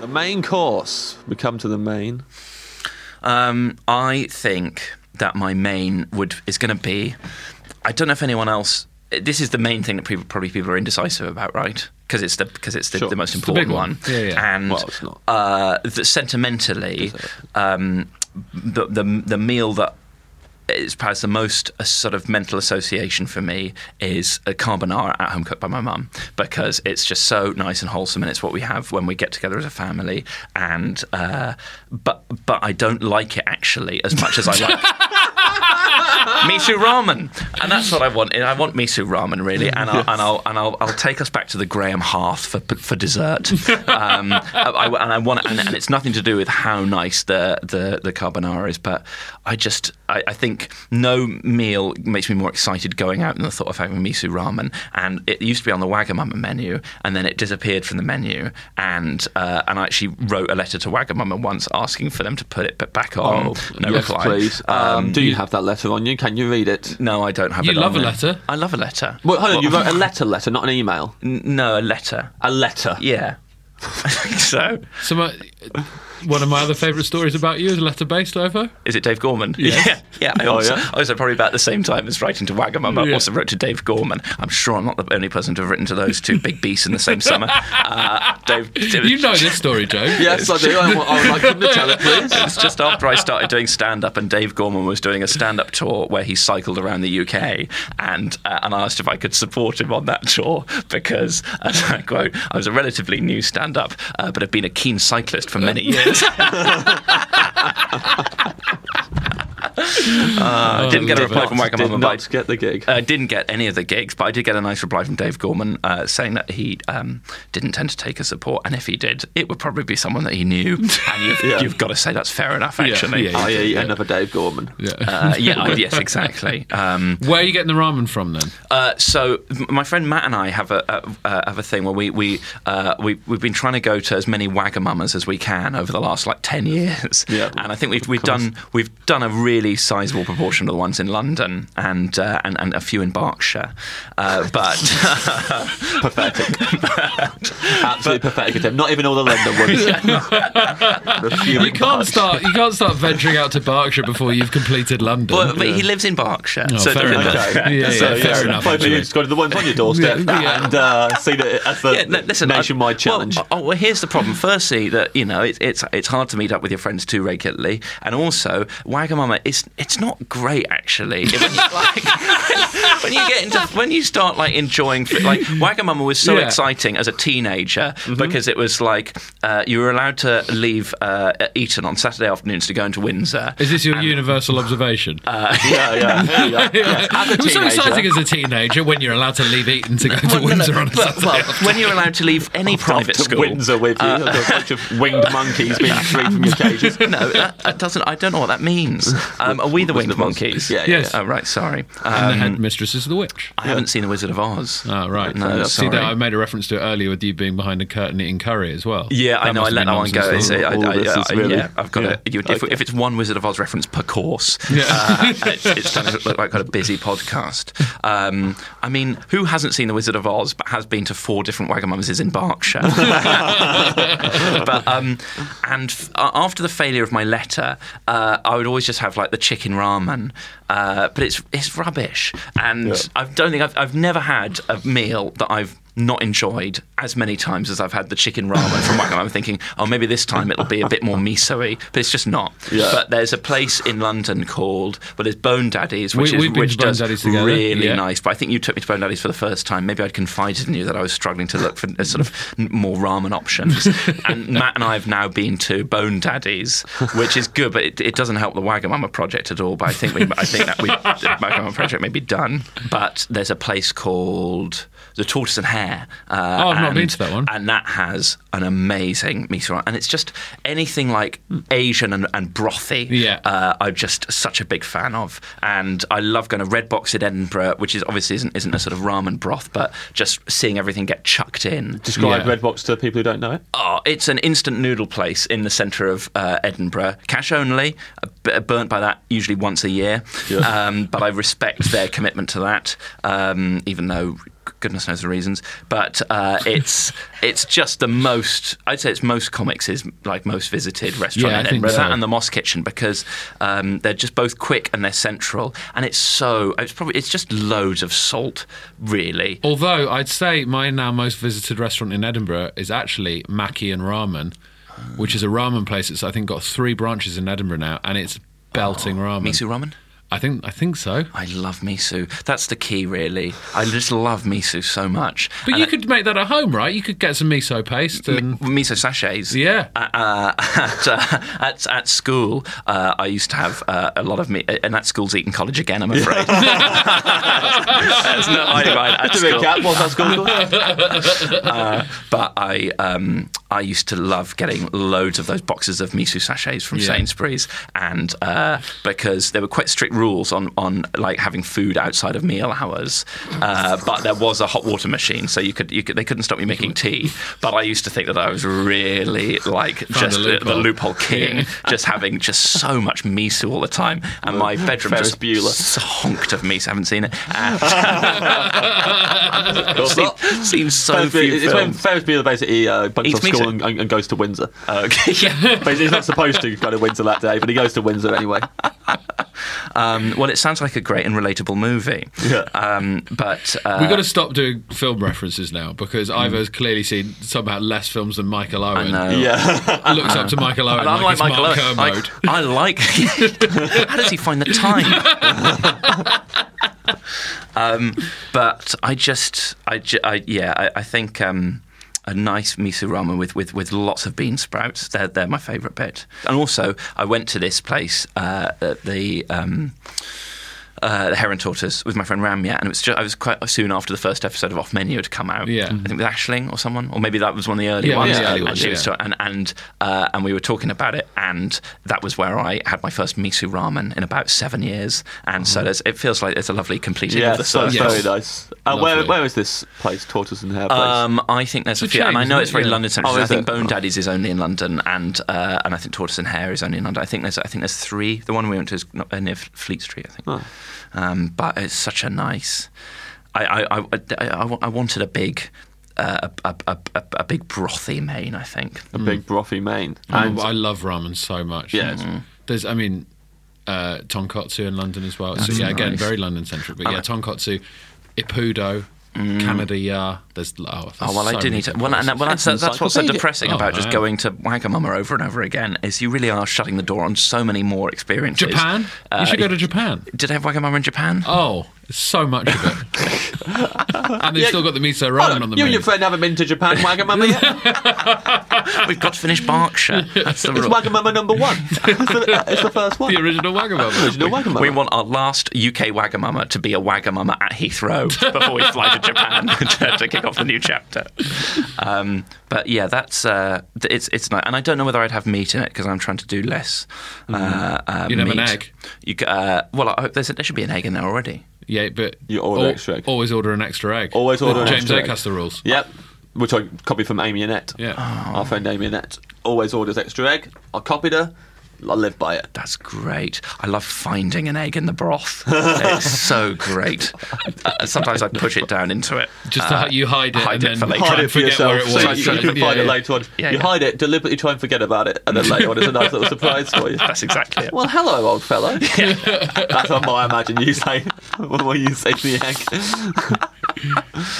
B: The main course. We come to the main.
C: Um, I think that my main would is going to be. I don't know if anyone else. This is the main thing that people, probably people are indecisive about, right? Because it's the because it's the,
B: Sure.
C: the most
A: the big
C: important
A: one. Yeah, yeah.
C: And
B: Well, it's not.
C: Uh, the, sentimentally, um, the, the the meal that is perhaps the most uh, sort of mental association for me is a carbonara at home cooked by my mum because it's just so nice and wholesome and it's what we have when we get together as a family and uh, but but I don't like it actually as much as I like me miso ramen, and that's what I want. I want miso ramen really, and I'll and I'll and I'll, I'll take us back to the Graham Hearth for for dessert. Um, I, I- and I want, and, and it's nothing to do with how nice the the, the carbonara is, but I just I, I think no meal makes me more excited going out than the thought of having miso ramen. And it used to be on the Wagamama menu, and then it disappeared from the menu. And uh, and I actually wrote a letter to Wagamama once asking for them to put it back on. no
B: Oh, yes,
C: reply.
B: please. Um, do you have that letter on you? Can you read it?
C: No, I don't have
A: You
C: it. on
A: love a
C: there.
A: letter?
C: I love a letter.
B: Well, hold on. You wrote a letter, letter, not an email.
C: N- no, a letter.
B: A letter.
C: Yeah. I think so.
A: So my, one of my other favourite stories about you is letter based over.
C: Is it Dave Gorman? Yeah. Yeah. I also, also probably about the same time as writing to Wagamama,
A: Oh, Yeah.
C: also wrote to Dave Gorman. I'm sure I'm not the only person to have written to those two big beasts in the same summer. Uh, Dave,
A: You know this story, Joe.
B: Yes, I do. I, wa- I would like him to tell it, please.
C: It's just after I started doing stand up, and Dave Gorman was doing a stand up tour where he cycled around the UK, and uh, and I asked if I could support him on that tour because, as I quote, I was a relatively new stand up, uh, but have been a keen cyclist for many years. Uh, didn't get a
A: love
C: reply
A: it.
C: from Wagamama,
B: Did
C: but I-
B: not get the gig.
C: I Uh, didn't get any of the gigs, but I did get a nice reply from Dave Gorman uh, saying that he um, didn't tend to take a support, and if he did, it would probably be someone that he knew. And you've, you've got to say that's fair enough, actually.
A: yeah,
B: I eat another Dave Gorman.
C: Uh, yeah, I- yes, exactly. Um,
A: Where are you getting the ramen from then?
C: uh, so m- my friend Matt and I have a, a uh, have a thing where we we, uh, we we've been trying to go to as many Wagamamas as we can over the last like ten years,
B: Yeah,
C: and I think we've we've done we've done a really sizable proportion of the ones in London and uh, and, and a few in Berkshire, uh, but.
B: Pathetic. Absolutely pathetic attempt. Not even all the London ones. The few
A: You
B: in
A: can't
B: Berkshire.
A: start. You can't start venturing out to Berkshire before you've completed London.
C: But, but he lives in Berkshire,
A: Oh,
C: so
A: fair
C: don't-
A: enough.
C: don't-
A: Yeah, yeah,
C: so-
A: fair enough,
B: Hopefully,
A: actually.
B: you've just got the ones on your doorstep and uh, seen it as the
C: Yeah, no, listen. I-
B: nationwide challenge.
C: Well, oh, well, here's the problem. Firstly, that you know it, it's it's hard to meet up with your friends too regularly, and also Wagamama is it's not great actually. If- when, you, like, when you get into when you start like enjoying fi- like Wagamama was so
A: Yeah. Mm-hmm.
C: exciting as a teenager because it was like uh, you were allowed to leave uh, Eton on Saturday afternoons to go into Windsor.
A: Is this your universal observation?
C: Uh,
B: yeah, yeah, yeah. yeah. As a
A: it was so
B: teenager-
A: exciting as a teenager when you're allowed to leave Eton to go to
C: no, no,
A: Windsor on a
C: but-
A: Saturday.
C: well, when you're allowed to leave any private
B: to
C: school,
B: Windsor with you. There's a bunch of winged monkeys being freed from your cages.
C: No, that, that doesn't. I don't know what that means. Um, are we the winged monkeys?
B: Yeah, yeah,
A: Yes. yeah.
C: Oh, right. Sorry.
A: and the
C: Um,
A: headmistress is the witch.
C: I haven't seen The Wizard of Oz.
A: Oh, right.
C: No,
A: See,
C: sorry.
A: that um, I made a reference to it earlier with you being behind the curtain eating curry as well.
C: yeah, I know. I
A: must
C: let
A: have
C: that one
A: been
C: go.
A: nonsense
C: It's-
A: as
C: I,
A: well.
B: all
C: I-
B: this
C: I-
B: is really-
C: yeah, I've got
B: Yeah.
C: to. You, if, if it's one Wizard of Oz reference per course,
A: Yeah.
C: uh, it's, it's done to look like quite a busy podcast. Um, I mean, who hasn't seen The Wizard of Oz but has been to four different Wagamama's in Berkshire? but um, and f- a- after the failure of my letter, uh, I would always just have like the chicken ramen, uh, but it's it's rubbish, and I don't think I've I've never had a meal that I've not enjoyed as many times as I've had the chicken ramen from Wagam. I'm thinking, oh, maybe this time it'll be a bit more miso-y, but it's just not. But there's a place in London called, well, there's Bone Daddies, which
A: We-
C: is
A: we've been
C: which
A: to Bone
C: does
A: Daddy's together,
C: really
A: yeah.
C: nice. But I think you took me to Bone Daddy's for the first time. Maybe I'd confided in you that I was struggling to look for a sort of n- more ramen options. and Matt and I have now been to Bone Daddy's, which is good, but it, it doesn't help the Wagamama project at all. But I think we, I think that we, the Wagamama project may be done. But there's a place called the Tortoise and Hare. Uh,
A: Oh, I've not
C: and-
A: been to that one.
C: and that has an amazing miso ramen. And it's just anything like Asian and, and brothy.
A: Yeah.
C: uh, I'm just such a big fan of, and I love going to Red Box in Edinburgh, which is obviously isn't isn't a sort of ramen broth, but just seeing everything get chucked in.
B: Describe
A: Yeah.
B: Red Box to people who don't know it.
C: Oh, it's an instant noodle place in the centre of uh, Edinburgh. Cash only, uh, b- burnt by that usually once a year. Um, but I respect their commitment to that, um, even though goodness knows the reasons. But uh, it's it's just the most. I'd say it's most comics is like most visited restaurant
A: Yeah, I
C: in
A: think
C: Edinburgh.
A: so.
C: That and the Moss Kitchen because um, they're just both quick and they're central, and it's so. It's probably it's just loads of salt, really.
A: Although I'd say my now most visited restaurant in Edinburgh is actually Mackie and Ramen,
C: Oh,
A: which is a ramen place that's I think got three branches in Edinburgh now, and it's belting ramen.
C: Miso ramen.
A: I think I think so.
C: I love miso. That's the key, really. I just love miso so much.
A: But
C: And
A: you
C: I-
A: could make that at home, right? You could get some miso paste and
C: miso sachets.
A: yeah.
C: uh, at, uh, at at school, uh, I used to have uh, a lot of me, and at school's eating college again. I'm afraid. That's not my mind at
B: To
C: school.
B: recap, what's that school called?
C: Uh, but I um, I used to love getting loads of those boxes of miso sachets from
A: Yeah.
C: Sainsbury's, and uh, because there were quite strict rules on on like having food outside of meal hours, uh, but there was a hot water machine, so you could you could they couldn't stop me making tea. But I used to think that I was really like just
A: a
C: the- the
A: loophole.
C: loophole king, just having just so much miso all the time, and my bedroom
B: Ferris
C: just
B: Bueller.
C: s- honked of miso. I haven't seen it. And seen, seen so
B: Ferris Bueller-
C: few
B: it's when
C: films.
B: Ferris Bueller basically uh, bunks
C: Eats
B: off school
C: meat.
B: and, and, and goes to Windsor.
C: Okay, yeah.
B: Basically, he's not supposed to go to Windsor that day, but he goes to Windsor anyway.
C: Um, well, it sounds like a great and relatable movie.
B: Yeah.
C: Um, but uh,
A: We've got to stop doing film references now because Ivo's clearly seen somehow less films than Michael Owen.
C: Mm. know.
B: Yeah.
A: Looks up to Michael Owen
C: and I'm
A: like,
C: like
A: it's
C: Michael
A: Mark
C: Owen. I,
A: Kermode.
C: I like. How does he find the time? um, but I just, I, ju- I yeah, I, I think um, a nice miso ramen with, with, with lots of bean sprouts. They're they're my favourite bit. And also, I went to this place, uh, at the. Um, uh, the Heron Tortoise with my friend Ramya, and it was just, I was quite soon after the first episode of Off Menu had come out.
A: Yeah.
C: I think with Ashling or someone, or maybe that was one of the early
A: Yeah, one
C: ones.
A: of the early
C: and
A: ones,
C: she was
A: yeah.
C: and and uh, and we were talking about it, and that was where I had my first miso ramen in about seven years, and so there's, it feels like it's a lovely completing
B: Uh-huh. Yeah,
C: of the
B: so
C: circle.
B: that's
A: Yes.
B: very nice. Uh, where,
A: Lovely.
B: where is this place, Tortoise and Hare place?
C: Um, I think there's a
A: It's a
C: few, and
A: chain,
C: I know
A: isn't
C: it's
A: it?
C: very
A: Yeah.
C: London centric.
B: Oh,
C: I
B: is
C: think
B: it?
C: Bone Daddies is only in London, and uh, and I think Tortoise and Hare is only in London. I think there's I think there's three. The one we went to is not, uh, near Fleet Street, I think. Um, but it's such a nice. I I, I, I, I wa- I wanted a big. Uh, a, a, a, a- a big brothy main, I think.
B: a big brothy main.
A: Oh, hmm. I love ramen so much.
B: Yeah, it's-
A: There's, I mean, uh, tonkatsu in London as well. so, yeah, again,
C: nice.
A: very London centric. But yeah, tonkatsu, Ippudo, Canada Yar. There's, oh,
C: Oh well, I do need to. Well, and, that- well that's,
B: It's an
C: that's what's so
B: encyclopedia.
C: depressing
A: Oh,
C: about just
A: wow.
C: going to Wagamama over and over again is you really are shutting the door on so many more experiences.
A: Japan?
C: Uh,
A: you should go to Japan.
C: Did they have Wagamama in Japan?
A: Oh, so much of it. and they've still got the miso ramen on the
B: Oh, you and
A: menu.
B: your friend haven't been to Japan, Wagamama yet?
C: We've got to finish Berkshire. That's the
B: it's
C: rule.
B: Wagamama number one. it's, the, it's the first one.
A: the original Wagamama.
B: original Wagamama.
C: We want our last UK Wagamama to be a Wagamama at Heathrow before we fly to Japan to, to kick off the new chapter. Um, but yeah, that's uh, th- it's it's nice, and I don't know whether I'd have meat in it because I'm trying to do less. Uh, uh,
A: Mm-hmm. You'd have an
C: meat.
A: egg.
C: You c- uh, well, I hope there's, there should be an egg in there already.
A: Yeah, but
B: You order
A: al-
B: extra egg.
A: Always order an extra egg.
B: Always order an
A: James
B: extra egg.
A: Acaster rules.
B: Yep. Which I copied from Amy Annette.
A: Yeah.
B: Our friend Amy Annette always orders extra egg. I copied her. I live by it.
C: That's great. I love finding an egg in the broth. it's so great. Uh, sometimes I push it down into it. Uh,
A: Just how you hide it and
C: hide it
A: then
C: for later.
A: try
B: Hide
A: and
B: it for
A: forget
B: yourself
A: where it
B: so
A: was.
B: you, so you can
A: Yeah,
B: find it
A: yeah.
B: later on.
C: Yeah,
B: you
C: yeah.
B: hide it, deliberately try and forget about it, and then later on it's a nice little surprise for you.
C: That's exactly it.
B: Well, hello, old fellow. That's what I imagine you say when you say the egg.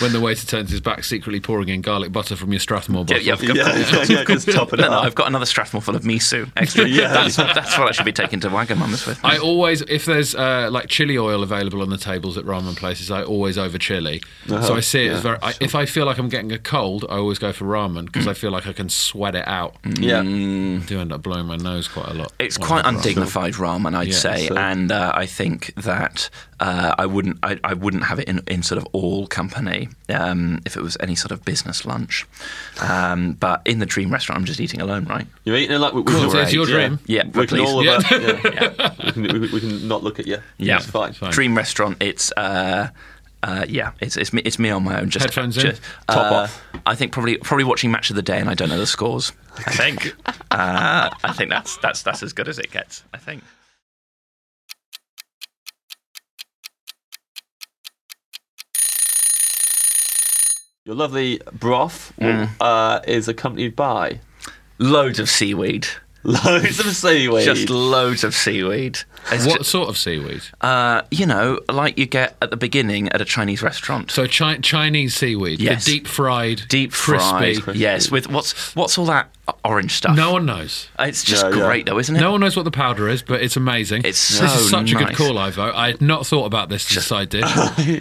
A: When the waiter turns his back, secretly pouring in garlic butter from your Strathmore
C: Yeah,
A: bottle.
C: yeah, I've got,
B: Yeah, yeah, yeah, just top it
C: no, no,
B: up.
C: I've got another Strathmore full of miso extra.
B: Yeah.
C: that's, that's what I should be taking to Wagamama's with. me.
A: I always, if there's uh, like chili oil available on the tables at ramen places, I always over chili.
C: Uh-huh.
A: so I see it as very. I, if I feel like I'm getting a cold, I always go for ramen because
C: Mm.
A: I feel like I can sweat it out.
B: Yeah.
A: I do end up blowing my nose quite a lot.
C: it's
A: when I
C: quite
A: have ramen.
C: undignified ramen, I'd
A: Yeah,
C: say,
B: so-
C: and uh, I think that uh, I wouldn't, I, I wouldn't have it in, in sort of all company um, if it was any sort of business lunch. Um, but in the dream restaurant, I'm just eating alone, right?
B: You're eating it like we, we
A: Cool,
B: can
A: so it's your
B: yeah.
A: dream.
C: Yeah,
B: we can
C: please.
B: all of
A: Yeah.
B: us- yeah. We, can, we, we can not look at you.
C: Yeah.
B: it's fine.
A: Fine.
C: Dream restaurant. It's uh, uh, yeah, it's, it's me, it's me on my own. Just
A: Headphones in?
C: just,
B: Top
C: uh,
B: off.
C: I think probably probably watching match of the day, and I don't know the scores. I think uh, I think that's that's that's as good as it gets. I think.
B: Your lovely broth uh, is accompanied by
C: Loads of seaweed.
B: Loads of seaweed.
C: Just loads of seaweed. It's
A: What
C: ju-
A: sort of seaweed?
C: uh, you know, like you get at the beginning at a Chinese restaurant.
A: So chi- Chinese seaweed,
C: Yes.
A: the deep fried,
C: deep
A: crispy.
C: fried. Yes, with what's what's all that orange stuff?
A: No one knows.
C: it's just
B: Yeah, yeah.
C: great though, isn't it?
A: No one knows what the powder is, but it's amazing.
C: It's
A: this
C: so
A: is such a good
C: nice.
A: call, Ivo. I had not thought about this as a side dish.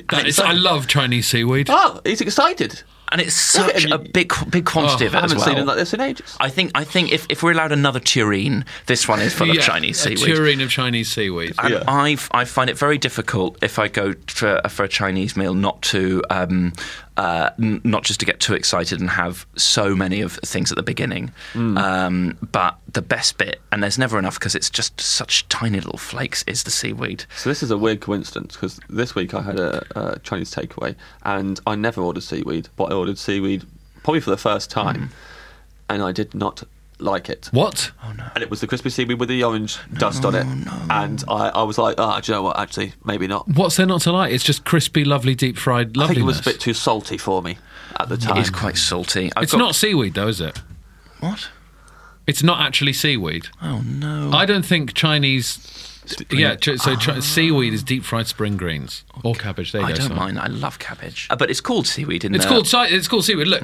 A: That is, I love Chinese seaweed.
B: Oh, he's excited.
C: and it's such a big big quantity
A: Oh,
C: of
B: I
C: it as
B: haven't
C: well.
B: seen him like this in ages.
C: I think I think if, if we're allowed another tureen, this one is full of
A: Yeah,
C: Chinese
A: a
C: seaweed.
A: tureen of Chinese seaweed.
C: And
B: Yeah.
C: I, I find it very difficult if I go for, for a Chinese meal not to um, uh, n- not just to get too excited and have so many of things at the beginning.
A: Hmm.
C: Um, but the best bit, and there's never enough because it's just such tiny little flakes, is the seaweed.
B: So this is a weird coincidence because this week I had a, a Chinese takeaway and I never ordered seaweed, but I ordered seaweed probably for the first time, and I did not like it.
A: What?
C: Oh,
B: And it was the crispy seaweed with the orange dust on it, and I, I was like, ah, do you know what? Actually, maybe not.
A: What's there not to like? It's just crispy, lovely, deep fried
B: I think
A: loveliness.
B: it was a bit too salty for me at the
C: It
B: time.
C: is quite salty. I've
A: it's
C: got-
A: not seaweed, though, is it?
C: what?
A: It's not actually seaweed.
C: Oh no!
A: I don't think Chinese. Yeah, ch- so chi- seaweed is deep fried spring greens or cabbage. There you
C: I
A: go.
C: don't
A: Simon.
C: mind. I love cabbage, Uh, but it's called seaweed in
A: It's
C: there.
A: called si- it's called seaweed. Look,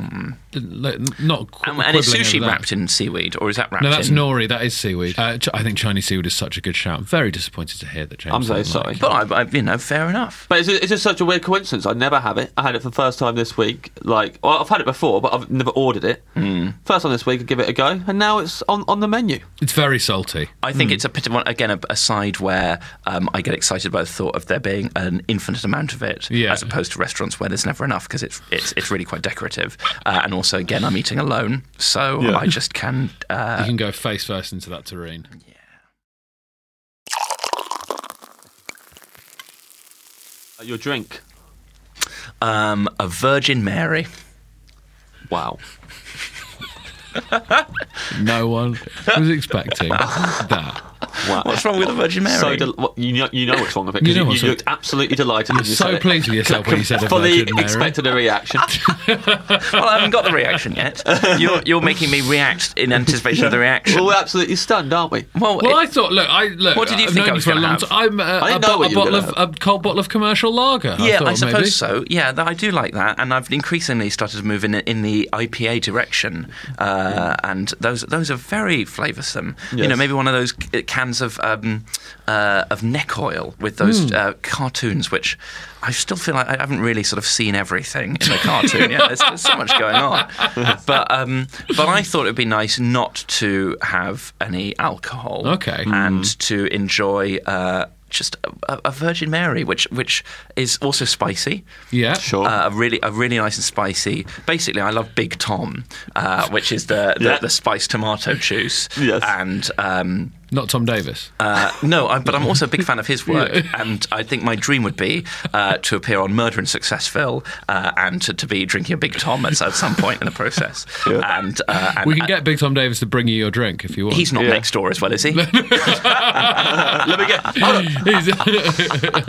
A: look not qu-
C: Hmm. and, and it's
A: quibbling
C: sushi
A: over that.
C: wrapped in seaweed, or is that wrapped
A: No, that's
C: in?
A: nori. That is seaweed. Uh, ch- I think Chinese seaweed is such a good shout. I'm very disappointed to hear that James.
B: I'm so
A: doesn't
B: sorry.
A: like it.
C: But I, I, you know, fair enough.
B: But it's, it's just such a weird coincidence. I never have it. I had it for the first time this week. Like, well, I've had it before, but I've never ordered it. Mm. First time this week, I give it a go, and now it's on, on the menu.
A: It's very salty.
C: I
B: Hmm.
C: think it's a bit of one, again a, a side where um, I get excited by the thought of there being an infinite amount of it,
A: Yeah.
C: as opposed to restaurants where there's never enough because it's it's it's really quite decorative. Uh, and also, again, I'm eating alone, so I just can.
A: You
C: Uh,
A: can go face first into that terrine.
B: Uh, Your drink.
C: um, a Virgin Mary.
B: Wow.
A: No one was expecting that.
B: Wow.
C: What's wrong with a Virgin Mary?
B: So del- what, you know, you know what's wrong with it. 'cause
A: You know
B: You, you,
A: what's wrong.
B: looked absolutely delighted. when you
A: so
B: said it.
A: pleased with yourself when you said a
B: Fully
A: Virgin Mary.
B: expected a reaction.
C: well, I haven't got the reaction yet. You're you're making me react in anticipation of the reaction.
B: well, we're absolutely stunned, aren't we?
C: Well,
A: Well, I
C: it-
A: thought. Look, I look.
C: What did you
A: I've known
C: think I
A: you
C: was
A: for a
C: gonna
A: long
C: have?
A: time. I'm uh,
B: I
A: a,
B: didn't know
A: bo-
B: what
A: a
B: you were
A: bottle of
B: gonna
A: a cold bottle of commercial lager.
C: yeah,
A: thought
C: I suppose
A: maybe.
C: so. Yeah, that, I do like that, and I've increasingly started to move in in the IPA direction, uh, and those those are very flavoursome. You know,
B: Yes.
C: maybe one of those c- cans of um, uh, of neck oil with those
A: Hmm.
C: uh, cartoons, which I still feel like I haven't really sort of seen everything in the cartoon. yeah, there's, there's so much going on, but um, but I thought it'd be nice not to have any alcohol.
A: Okay.
C: and to enjoy. Uh, just a, a Virgin Mary, which which is also spicy,
A: Yeah.
B: Sure.
C: uh, a really a really nice and spicy. Basically, I love Big Tom, uh, which is the the,
B: Yeah.
C: the spiced tomato juice.
B: Yes.
C: And um,
A: Not Tom Davis.
C: uh, no, I, but I'm also a big fan of his work, and I think my dream would be uh, to appear on Murder and Successful uh, and to, to be drinking a Big Tom at, at some point in the process. And, uh, and
A: we can get Big Tom Davis to bring you your drink if you want.
C: He's not next door as well, is he?
B: Let me get.
A: He's-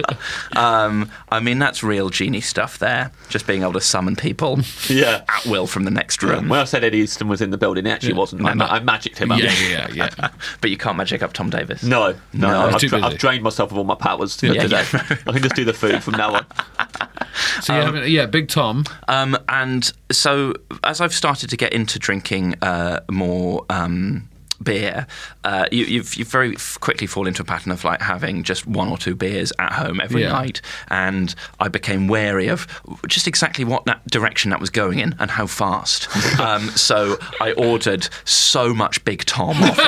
C: Um, I mean, that's real genie stuff there. Just being able to summon people
B: Yeah.
C: at will from the next room.
B: When I said Eddie Easton was in the building, it actually wasn't. I, ma- I magicked him up.
A: yeah, yeah, yeah.
C: but you can't magic up Tom Davis.
B: No, no,
A: No,
B: I've,
A: too
B: dra-
A: busy.
B: I've drained myself of all my powers to
C: Yeah,
B: today.
C: yeah.
B: I can just do the food from now on.
A: So you haven't, yeah, Big Tom.
C: Um, and so, as I've started to get into drinking uh, more um, beer, uh, you, you've, you very f- quickly fall into a pattern of like having just one or two beers at home every
A: Yeah.
C: night. And I became wary of just exactly what that direction that was going in and how fast. um, so I ordered so much Big Tom off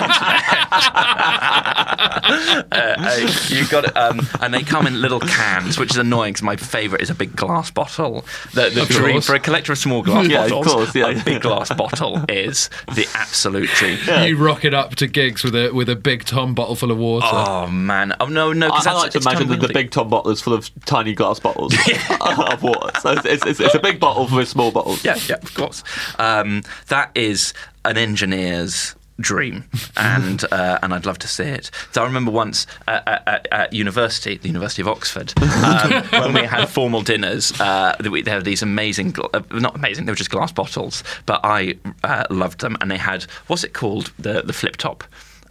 C: uh, you got it, um, and they come in little cans, which is annoying because my favourite is a big glass bottle. The, the
A: Of
C: dream
A: course.
C: for a collector of small glass
B: Yeah, of
C: bottles,
B: course, yeah.
C: a big glass bottle is the absolute dream.
A: You rock it up to gigs with a with a Big Tom bottle full of water.
C: Oh man! Oh no, no!
B: I,
C: 'cause
B: I
C: that's-
B: like to
C: it's
B: imagine that the
C: unwieldy.
B: big Tom bottle is full of tiny glass bottles of water. So it's, it's, it's, it's a big bottle for small bottles.
C: Yeah, yeah, of course. Um, that is an engineer's dream, and uh, and I'd love to see it. So I remember once uh, at, at, at university, the University of Oxford, um, when we had formal dinners, uh, that we- they had these amazing, gl- uh, not amazing, they were just glass bottles, but I uh, loved them, and they had what's it called, the the flip top.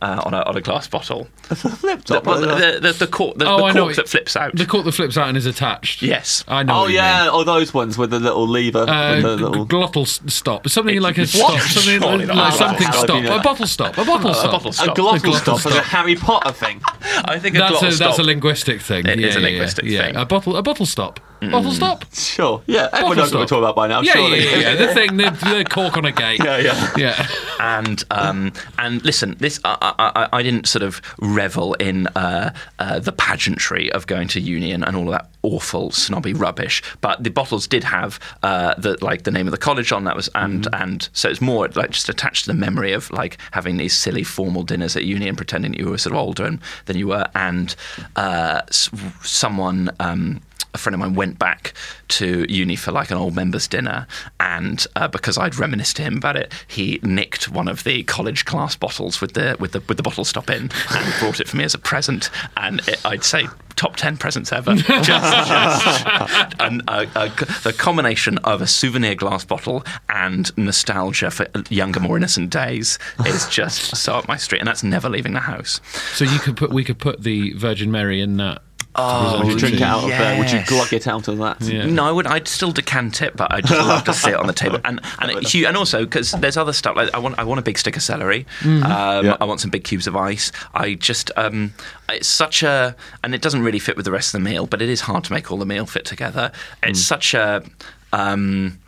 C: uh, on, a, on a glass bottle.
B: Flip
C: The,
B: top.
C: well, the, the, the cork, the,
A: Oh,
C: the
A: I know
C: cork
A: what-
C: that flips out.
A: The cork that flips out and is attached.
C: Yes.
A: I know.
B: oh
A: what you
B: yeah,
A: mean.
B: oh those ones with the little lever.
A: Uh,
B: with the
A: g-
B: little...
A: glottal s- stop. Something like a
C: What?
A: stop. Something
C: Surely
A: like,
C: not.
A: like
B: Oh,
A: something
B: that'd
A: stop.
B: be
A: A
B: nice.
A: bottle stop. A bottle stop.
C: bottle
B: a
C: stop.
B: glottal,
A: glottal
B: stop, is a
A: stop.
B: Harry Potter thing.
C: I think a
A: That's
C: glottal
A: a,
C: stop.
A: that's a linguistic thing.
C: It
A: yeah,
C: is a
A: yeah,
C: linguistic
A: yeah.
C: thing. Mm.
A: A bottle a bottle stop. Bottle stop.
B: Sure. Yeah, everyone
A: Bottle
B: knows what we're
A: stop.
B: talking about by now.
A: Yeah, yeah,
B: surely.
A: yeah, yeah. The thing, the, the cork on a gate.
B: yeah, yeah.
A: Yeah.
C: and um, and listen, this I, I, I- I didn't sort of revel in uh, uh, the pageantry of going to union and all of that awful snobby rubbish. But the bottles did have uh, the like the name of the college on that was and and so it's more like just attached to the memory of like having these silly formal dinners at union, pretending you were sort of older and- than you were, and uh, s- someone. Um, a friend of mine went back to uni for like an old members dinner, and uh, because I'd reminisced to him about it, he nicked one of the college class bottles with the with the with the bottle stop in and brought it for me as a present. And it, I'd say top ten presents ever. Just, just an, a, a, the combination of a souvenir glass bottle and nostalgia for younger, more innocent days is just so up my street, and that's never leaving the house.
A: So you could put we could put the Virgin Mary in that.
C: Oh,
B: Would you drink it out of there? Would you
C: yes.
B: glug it out of that?
A: Yeah.
C: No, I would. I'd still decant it, but I'd just love to see it on the table. And and it, you- and also because there's other stuff. Like I want I want a big stick of celery. Um, I want some big cubes of ice. I just um, it's such a and it doesn't really fit with the rest of the meal, but it is hard to make all the meal fit together. It's such a. Um,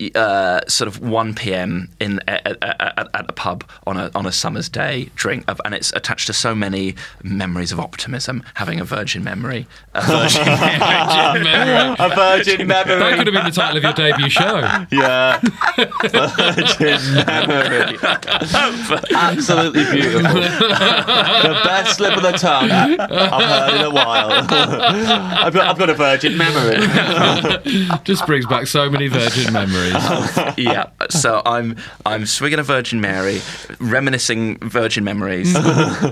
C: y- uh, sort of 1 p.m. in at, at, at, at a pub on a on a summer's day drink of, and it's attached to so many memories of optimism having a virgin memory a virgin memory
B: A virgin memory.
A: That could have been the title of your debut show.
B: Yeah. Virgin memory. Absolutely beautiful. the best slip of the tongue I've heard in a while. I've, got, I've got a virgin memory.
A: Just brings back so many Virgin memories.
C: yeah. So I'm I'm swigging a Virgin Mary, reminiscing Virgin memories,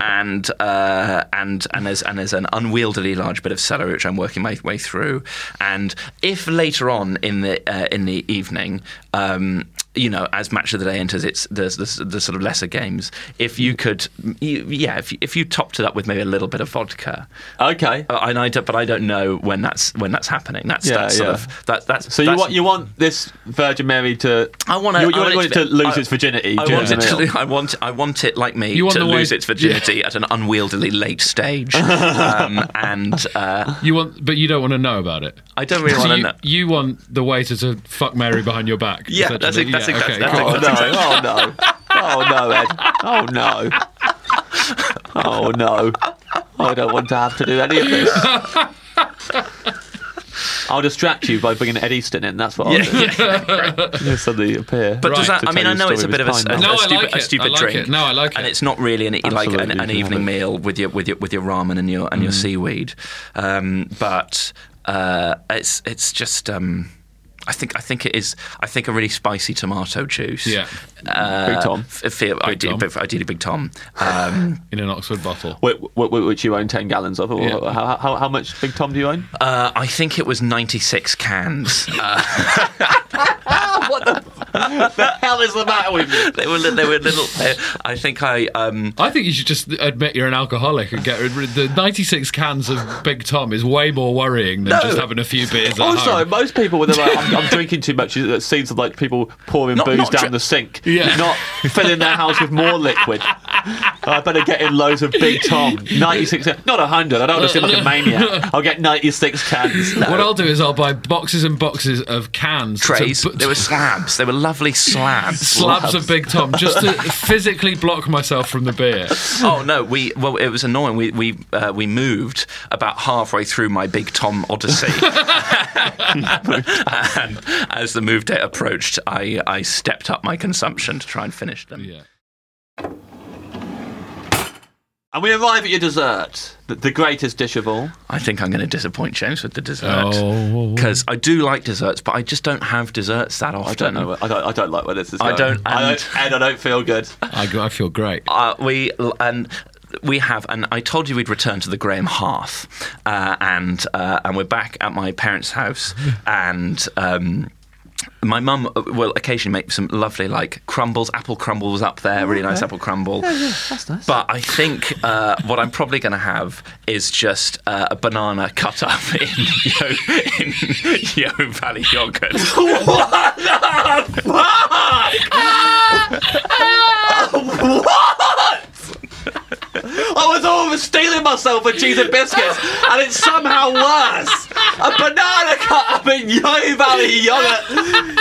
C: and uh, and and there's and there's an unwieldily large bit of celery which I'm working my way through. And if later on in the uh, in the evening. Um, you know, as match of the day enters, it's the, the, the sort of lesser games. If you could, you, yeah, if you, if you topped it up with maybe a little bit of vodka,
B: Okay.
C: uh, and I don't, but I don't know when that's when that's happening. That's
B: Yeah,
C: that's sort
B: yeah.
C: of that, that's
B: So you
C: that's-
B: want you want this Virgin Mary to
C: I wanna-
B: you,
C: I
B: you
C: want
B: want
C: it
B: it
C: to
B: to,
C: be-
B: lose
C: I-
B: its virginity.
C: I
B: during
C: want
B: the
C: it
B: meal.
C: to. I want. I want it like me
A: You want
C: to
A: the way-
C: lose its virginity at an unwieldy late stage, um, and uh,
A: You want, but you don't want to know about it.
C: I don't really
A: So
C: want to
A: you,
C: know.
A: you want the waiter to fuck Mary behind your back.
C: Yeah, that's
A: essentially.
C: it- that's it- that's
A: okay,
C: it.
A: cool.
B: Oh no! Oh no! Oh no, Ed! Oh no! Oh no! I don't want to have to do any of this. I'll distract you by bringing Ed Easton in. That's what I'll do. He'll suddenly appear.
C: But does
A: Right.
C: that? I
B: To
C: mean,
B: tell
C: I
B: you
C: know
B: the
C: it's a
B: story
C: bit of a,
B: of his
C: a-
B: time
A: now.
C: a
A: No, I
C: stupid,
A: like
C: a
A: it.
C: stupid
A: I like
C: drink.
A: it. No, I like
C: And
A: it.
C: it's not really an, like
B: Absolutely,
C: an,
B: you
C: an
B: can
C: evening
B: have it. Mm-hmm.
C: meal with your with your with your ramen and your and your seaweed, um, but uh, it's it's just. Um, I think I think it is. I think a really spicy tomato juice.
A: Yeah.
C: uh,
B: Big Tom.
C: f- feel- ideally,
A: Tom.
C: ideally big Tom. Um,
A: In an Oxford bottle.
B: Which, which you own ten gallons of. Or
A: Yeah.
B: how, how, how much Big Tom do you own?
C: Uh, I think it was 96 cans. Uh,
B: Hell is the matter with you?
C: Uh, they were li- they were little. they- I think I um,
A: I think you should just admit you're an alcoholic and get rid of the 96 cans of Big Tom is way more worrying than just having a few beers at
B: Also,
A: home.
B: most people when they're like, I'm, I'm drinking too much, it seems like people pouring
C: Not-
B: booze
C: not
B: down
C: dri-
B: the sink,
A: Yeah.
B: not filling their house with more liquid. I better get in loads of Big Tom, 96, not 100. I don't want to seem like a maniac. I'll get 96 cans.
A: What I'll do is I'll buy boxes and boxes of cans, to
C: trays.
A: put-
C: They were slabs. They were lovely slabs.
A: slabs of Big Tom just to physically block myself from the beer.
C: oh no, we well it was annoying. We we uh, we moved about halfway through my Big Tom Odyssey, and as the move date approached, I I stepped up my consumption to try and finish them.
A: Yeah.
B: And we arrive at your dessert, the, the greatest dish of all.
C: I think I'm going to disappoint James with the dessert
A: Oh.
C: because I do like desserts, but I just don't have desserts that often.
B: I don't know. I don't, I don't like where this is
C: I
B: going.
C: don't-
B: I
C: and-
B: don't and I don't feel good.
A: I, go- I feel great.
C: uh, we and we have, and I told you we'd return to the Graham Hearth, uh, and uh, and we're back at my parents' house, and. Um, my mum uh, will occasionally make some lovely like crumbles, apple crumbles up there, really nice apple crumble. that's nice. But I think uh, what I'm probably going to have is just uh, a banana cut up in Yo, in Yo Valley yogurt.
B: what the fuck? what? I was over stealing myself a cheese and biscuits, and it's somehow worse. A banana cut up in Yo Valley yogurt.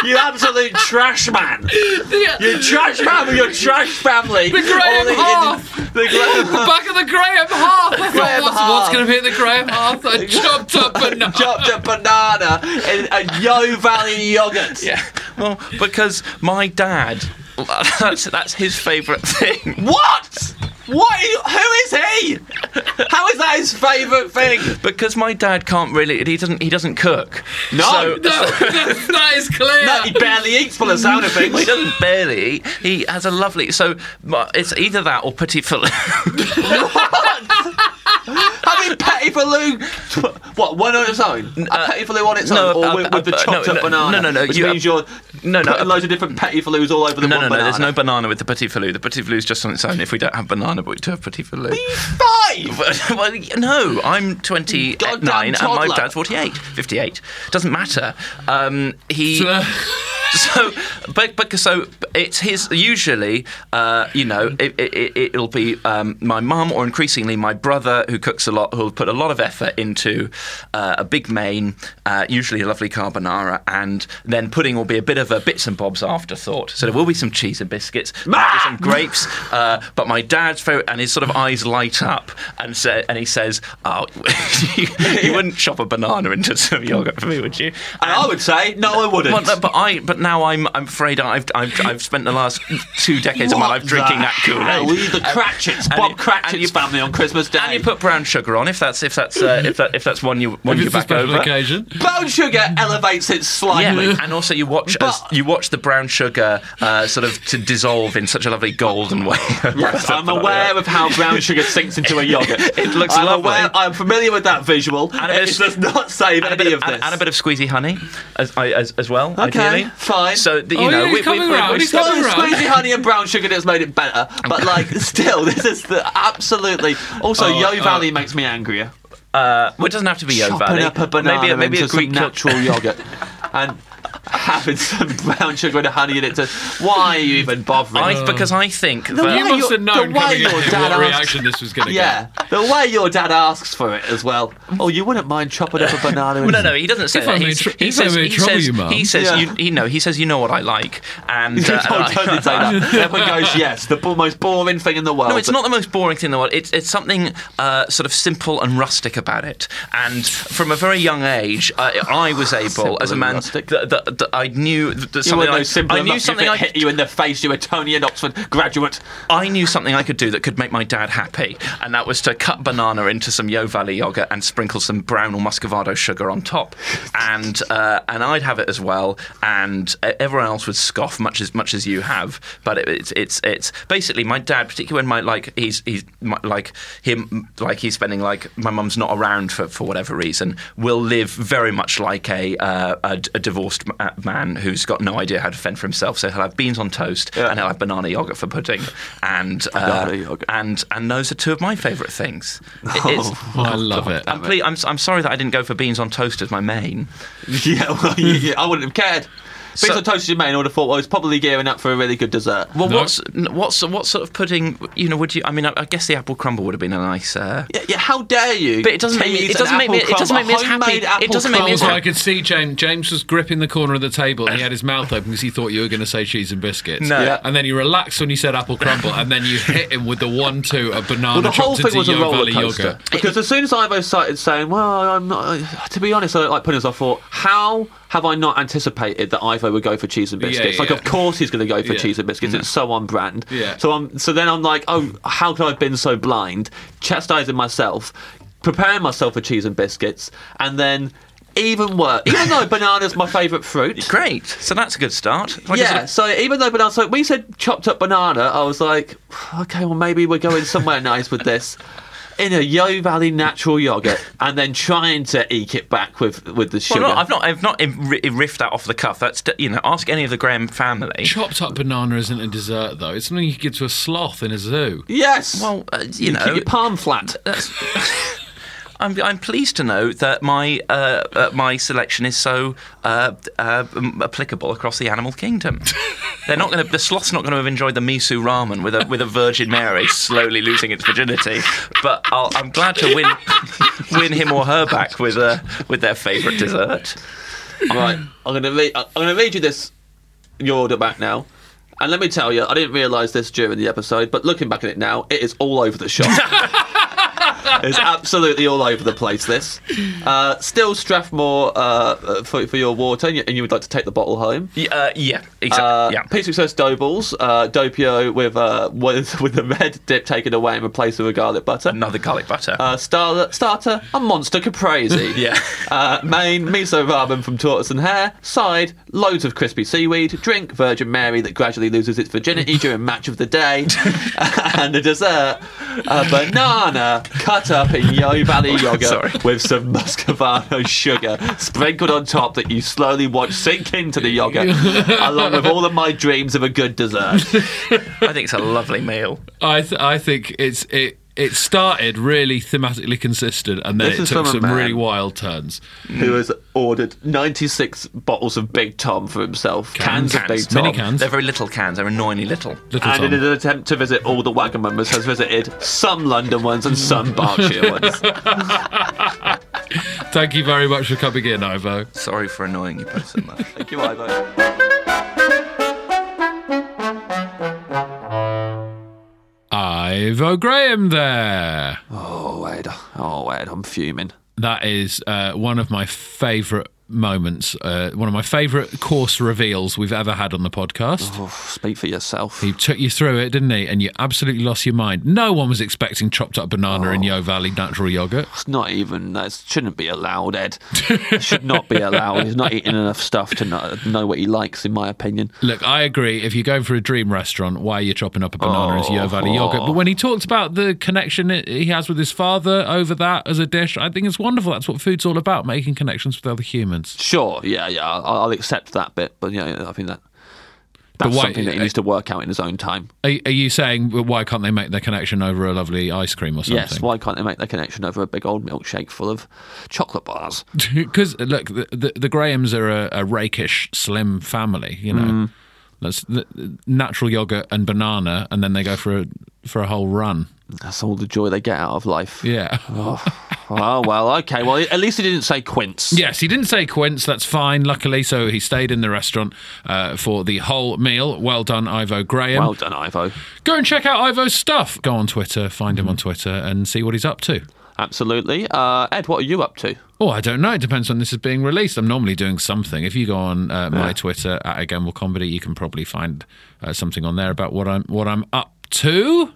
B: You absolute trash man. You trash man with your trash family. The
A: Graham Half.
B: the Graham Half.
A: Back of the Graham Half. I
B: Graham
A: thought, what's,
B: Half.
A: what's going to be at the Graham Half? I chopped up banana.
B: Chopped a banana in a Yo Valley yogurt.
C: Yeah, well, because my dad, that's, that's his favourite thing.
B: What? What? Is, who is he? How is that his favourite thing?
C: Because my dad can't really, he doesn't, he doesn't cook.
B: No.
C: So-
A: Oh, that is clear.
B: No, he barely eats for the sound of
C: Well, he
B: things.
C: doesn't barely. eat. He has a lovely. So my- it's either that or petit fillet.
B: I mean, Petty Falou, tw- what, one on its own? a Petty Falou on its
C: Uh, no,
B: own, or
C: a-
B: with,
C: a-
B: with the
C: a-
B: chopped
C: no,
B: up
C: no,
B: banana?
C: no, no, no,
B: Which
C: you-
B: means you're
C: no, no,
B: putting
C: a-
B: loads of different Petty Falous all over the
C: no,
B: one
C: no, no.
B: banana.
C: There's no banana with the petit fillet. The petit fillet is just on its own. If we don't have banana, but we do have petit fillet.
B: Five!
C: But- well, no, I'm 29
B: Goddamn
C: and my
B: toddler.
C: dad's 48, 58. Doesn't matter. Um, he.
B: uh,
C: so, but, but so it's his. Usually, uh, you know, it, it, it, it'll be um, my mum or increasingly my brother who cooks a lot, who'll put a lot of effort into uh, a big main, uh, usually a lovely carbonara, and then pudding will be a bit of a bits and bobs afterthought. So there will be some cheese and biscuits, there'll be
B: Ah!
C: some grapes, uh, but my dad's favorite, and his sort of eyes light up, and say, and he says, "Oh, you, you wouldn't chop a banana into some yogurt for me, would you?"
B: And I would say, no, I wouldn't.
C: Well, no, but I, but now I'm, I'm afraid I've, I've, I've spent the last two decades of my life drinking that Kool
B: Oh,
C: Aid.
B: the Cratchits,
C: and
B: Bob
C: you-
B: Cratchits
C: and you-
B: family on Christmas Day.
C: And you put brown sugar on if that's if that's uh, if that if that's one you one
A: If
C: you
A: it's a
C: back
A: special
C: over.
A: occasion.
B: Brown sugar elevates it slightly.
C: Yeah, and also you watch as, you watch the brown sugar uh, sort of to dissolve in such a lovely golden way.
B: Yes, I'm aware of how brown sugar sinks into a yogurt.
C: It looks
B: I'm
C: lovely.
B: Aware, I'm familiar with that visual.
C: And a bit
B: it
C: of-
B: does not save
C: and a
B: any
C: bit
B: of
C: and-
B: this.
C: and a bit of squeezy honey as, I- as, as well.
B: Okay,
C: ideally.
B: fine.
C: So that, you
A: Oh,
C: know,
A: yeah,
C: we,
A: he's coming
C: we, we,
A: round,
C: we-
A: he's
B: Well,
A: coming
B: it's
A: round.
B: squeezy honey and brown sugar that's made it better, but like still, this is the absolutely. Also,
C: Oh,
B: Yo Valley makes me angrier.
C: uh, well, it doesn't have to be Yo
B: Chopping
C: Valley.
B: up a banana
C: maybe a, maybe
B: into
C: a Greek
B: some natural yogurt and having some brown sugar and honey in it. To, why are you even bothering?
C: I, because I think that
B: way
A: You must
B: your-
A: have known
B: the way
A: coming
B: your
A: into
B: dad
A: what
B: asked-
A: reaction this was going to
B: yeah, the way your dad asks for it as well. Oh, you wouldn't mind chopping up a banana.
C: Well,
B: and
C: no, no, he doesn't say
A: If
C: that.
A: I'm in
C: He's-
A: tr-
C: he
A: if
C: says,
A: I'm in
C: he
A: trouble,
C: says,
A: you mum.
C: he says,
B: Yeah.
C: you, he, no, he says, you know what I like, and, uh, and
B: no,
C: I-
B: totally say that. Everyone goes, yes, the bo- most boring thing in the world.
C: No, it's not the most boring thing in the world. It's, it's something uh, sort of simple and rustic about it. And from a very young age, uh, I was able, as a
B: and
C: man,
B: rustic.
C: that that- that I knew th- that
B: You were
C: something
B: no
C: I,
B: simple
C: I knew
B: enough.
C: something
B: if it
C: I
B: hit you in the face, you were Tony and Oxford graduate.
C: I knew something I could do that could make my dad happy, and that was to cut banana into some Yo Valley yogurt and sprinkle some brown or muscovado sugar on top, and uh, and I'd have it as well, and uh, everyone else would scoff much as much as you have, but it, it's it's it's basically my dad, particularly when my like he's he's my, like him like he's spending like my mum's not around for for whatever reason, will live very much like a uh, a, d- a divorced m- uh, man who's got no idea how to fend for himself, so he'll have beans on toast and he'll have banana yogurt for pudding, and uh,
B: Banana yogurt.
C: and and those are two of my favourite things. It- it's-
A: I love it.
C: I'm, ple- I'm, s- I'm sorry that I didn't go for beans on toast as my main.
B: Yeah, well, you, you, I wouldn't have cared. Based
C: So-
B: on toast you made, I would have thought, well, it's probably gearing up for a really good dessert.
C: Well,
A: No.
C: what's n- what's what sort of pudding? You know, would you? I mean, I, I guess the apple crumble would have been a nice. Uh,
B: Yeah, yeah, how dare you?
C: But it doesn't make me-
B: tease
C: it
B: an
C: doesn't make me-
B: apple
C: it doesn't
B: crumb,
C: make me as
B: a homemade
C: happy. It
B: apple
C: doesn't make me as
A: Also,
B: crumb.
A: I could see James. James was gripping the corner of the table and he had his mouth open because he thought you were going to say cheese and biscuits.
C: No. Yeah.
A: And then he relaxed when you said apple crumble, and then you hit him with the one-two of banana
B: Well, the whole
A: chopped into
B: thing was a
A: Yo
B: roller
A: Valley
B: coaster.
A: yogurt.
B: Because as soon as Ivo started saying, "Well, I'm not," I- to be honest, I like putting this. I thought, how have I not anticipated that Ivo would go for cheese and
A: Yeah,
B: biscuits? like,
A: yeah.
B: of course he's going to go for
A: Yeah. Mm.
B: cheese and biscuits. It's so on brand.
A: Yeah.
B: So I'm. So then I'm like, oh, how could I have been so blind? Chastising myself, preparing myself for cheese and biscuits, and then. Even worse, even though banana's my favourite fruit,
C: great. So that's a good start. Like I
B: yeah,
C: said,
B: so even though banana, so we said chopped up banana, I was like, okay, well maybe we're going somewhere nice with this. in a Yo Valley natural yogurt and then trying to eke it back with, with the
C: Well,
B: sugar.
C: no, I've not, I've not ir- riffed that off the cuff. That's you know, ask any of the Graham family.
A: Chopped up banana isn't a dessert though. It's something you give to a sloth in a zoo.
B: Yes.
C: Well, uh, you, know,
B: keep your palm flat.
C: That's. I'm, I'm pleased to know that my uh, uh, my selection is so uh, uh, m- applicable across the animal kingdom. They're not going to the sloth's not going to have enjoyed the miso ramen with a with a Virgin Mary slowly losing its virginity. But I'll, I'm glad to win win him or her back with uh, with their favourite dessert.
B: Right, I'm gonna read. I'm gonna read you this your order back now, and let me tell you, I didn't realise this during the episode, but looking back at it now, it is all over the shop. it's absolutely all over the place. This uh, still Strathmore uh, uh, for, for your water, and you, and you would like to take the bottle home.
C: Y- Uh, yeah, exactly.
B: Uh,
C: yeah.
B: Pizza Express Dobles, uh, Dopio with uh, with with the red dip taken away and replaced with a garlic butter.
C: Another garlic butter.
B: Uh, star- starter, a monster caprese.
C: Yeah.
B: Uh, main, miso ramen from tortoise and hare. Side, loads of crispy seaweed. Drink, Virgin Mary that gradually loses its virginity during match of the day. and the dessert, a banana cut up in Yo Valley yogurt
C: Sorry.
B: with some muscovado sugar sprinkled on top that you slowly watch sink into the yogurt, along with all of my dreams of a good dessert.
C: I think it's a lovely meal.
A: I th- I think it's it. It started really thematically consistent, and then
B: This
A: it
B: is
A: took
B: from a
A: some
B: man.
A: really wild turns.
B: who has ordered 96 bottles of Big Tom for himself, cans, of Big Tom.
A: mini cans,
C: They're very little cans. They're annoyingly little.
A: little
B: And in
A: Tom.
B: an attempt to visit all the wagon members, has visited some London ones and some Berkshire ones.
A: Thank you very much for coming in, Ivo.
C: Sorry for annoying you both so much.
B: Thank you, Ivo.
A: Ivo Graham there.
B: Oh, Ed. Oh, Ed, I'm fuming.
A: That is uh, one of my favourite moments, uh, one of my favourite course reveals we've ever had on the podcast.
B: Oh, speak for yourself.
A: He took you through it, didn't he? And you absolutely lost your mind. No one was expecting chopped up banana
B: Oh.
A: in Yo Valley natural yogurt.
B: It's not even, that shouldn't be allowed, Ed. It should not be allowed. He's not eating enough stuff to know, know what he likes, in my opinion.
A: Look, I agree. If you're going for a dream restaurant, why are you chopping up a banana as Yo Valley yogurt? But when he talked about the connection it- he has with his father over that as a dish, I think it's wonderful. That's what food's all about, making connections with other humans.
B: Sure, yeah, yeah, I'll, I'll accept that bit, but yeah, I think that. That's
A: why- uh,
B: something that he needs to work out in his own time.
A: Are, are you saying well, why can't they make their connection over a lovely ice cream or something?
B: Yes, why can't they make that connection over a big old milkshake full of chocolate bars?
A: Because look, the, the the Grahams are a, a rakish, slim family. You know, that's the, natural yogurt and banana, and then they go for a for a whole run.
B: That's all the joy they get out of life.
A: Yeah.
B: Oh, oh, well, okay. Well, at least he didn't say quince.
A: Yes, he didn't say quince. That's fine. Luckily, so he stayed in the restaurant uh, for the whole meal. Well done, Ivo Graham.
B: Well done, Ivo.
A: go and check out Ivo's stuff. Go on Twitter, find him on Twitter, and see what he's up to.
B: Absolutely. Uh, Ed, what are you up to?
A: Oh, I don't know. It depends when this is being released. I'm normally doing something. If you go on uh, my Twitter at Again Will Comedy, you can probably find uh, something on there about what I'm what I'm up to.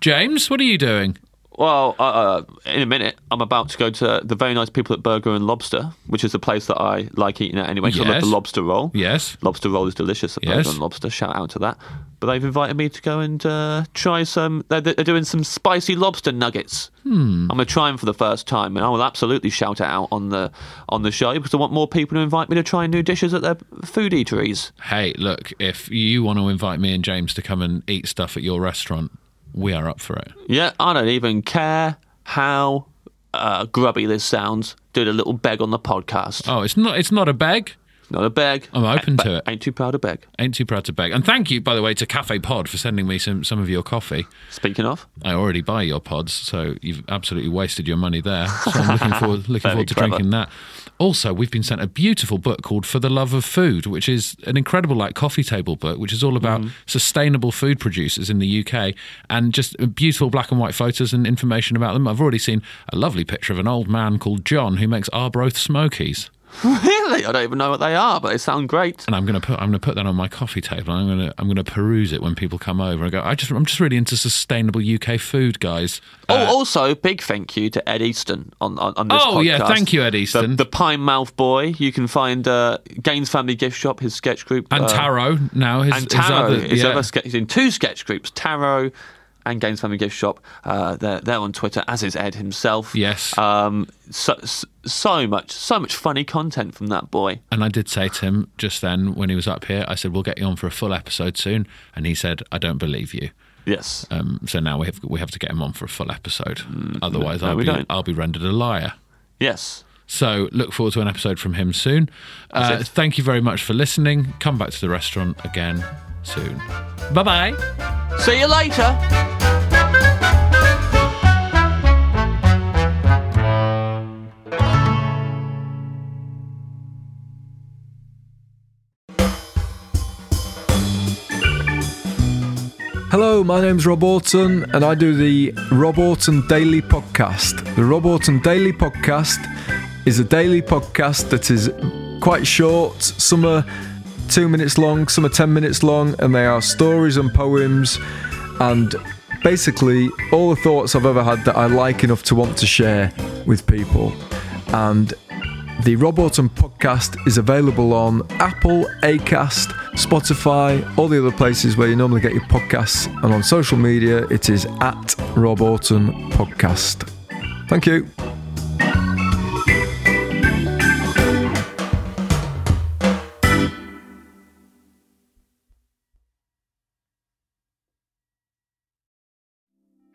A: James, what are you doing?
B: Well, uh, uh, in a minute, I'm about to go to the very nice people at Burger and Lobster, which is the place that I like eating at anyway. 'cause I love the
A: Yes.
B: lobster roll.
A: Yes.
B: Lobster roll is delicious at Burger
A: Yes.
B: and Lobster. Shout out to that. But they've invited me to go and uh, try some. They're, they're doing some spicy lobster nuggets. Hmm. I'm gonna try them for the first time, and I will absolutely shout it out on the on the show because I want more people to invite me to try new dishes at their food eateries.
A: Hey, look, if you want to invite me and James to come and eat stuff at your restaurant, we are up for it.
B: Yeah, I don't even care how uh, grubby this sounds. Did a little beg on the podcast.
A: Oh, it's not it's not a beg.
B: Not a beg.
A: I'm open to it.
B: Ain't too proud of beg.
A: Ain't too proud to beg. And thank you, by the way, to Cafe Pod for sending me some some of your coffee.
B: Speaking of,
A: I already buy your pods, so you've absolutely wasted your money there. So I'm looking forward, looking forward to
B: clever.
A: drinking that. Also, we've been sent a beautiful book called For the Love of Food, which is an incredible like coffee table book, which is all about sustainable food producers in the UK and just beautiful black and white photos and information about them. I've already seen a lovely picture of an old man called John who makes Arbroath smokies.
B: really, I don't even know what they are, but they sound great.
A: And I'm gonna put I'm gonna put that on my coffee table. And I'm gonna I'm gonna peruse it when people come over and go. I just I'm just really into sustainable UK food, guys. Uh,
B: oh, also, big thank you to Ed Easton on on, on this
A: Oh, yeah,
B: podcast.
A: thank you, Ed
B: The-
A: Easton.
B: the, Pine Mouth Boy. You can find uh, Gaines Family Gift Shop, his sketch group,
A: And
B: uh,
A: Tarot now. His,
B: and Tarot.
A: His other,
B: his
A: yeah.
B: other sketch, he's in two sketch groups, Tarot and Games Family Gift Shop. Uh, they're, they're on Twitter, as is Ed himself.
A: Yes.
B: Um, so, so much, so much funny content from that boy.
A: And I did say to him just then when he was up here, I said, "We'll get you on for a full episode soon," and he said, "I don't believe you."
B: Yes.
A: Um, so now we have we have to get him on for a full episode, otherwise
B: Mm, no,
A: I'll
B: we
A: be
B: don't.
A: I'll be rendered a liar.
B: Yes.
A: So look forward to an episode from him soon. Uh,
B: it.
A: thank you very much for listening. Come back to the restaurant again soon. Bye bye.
B: See you later.
D: Hello, my name's Rob Orton, and I do the Rob Orton Daily Podcast. The Rob Orton Daily Podcast is a daily podcast that is quite short. Some are two minutes long, some are 10 minutes long, and they are stories and poems and basically all the thoughts I've ever had that I like enough to want to share with people. And the Rob Orton podcast is available on Apple, Acast, Spotify, all the other places where you normally get your podcasts, and on social media it is at Rob Orton Podcast. Thank you.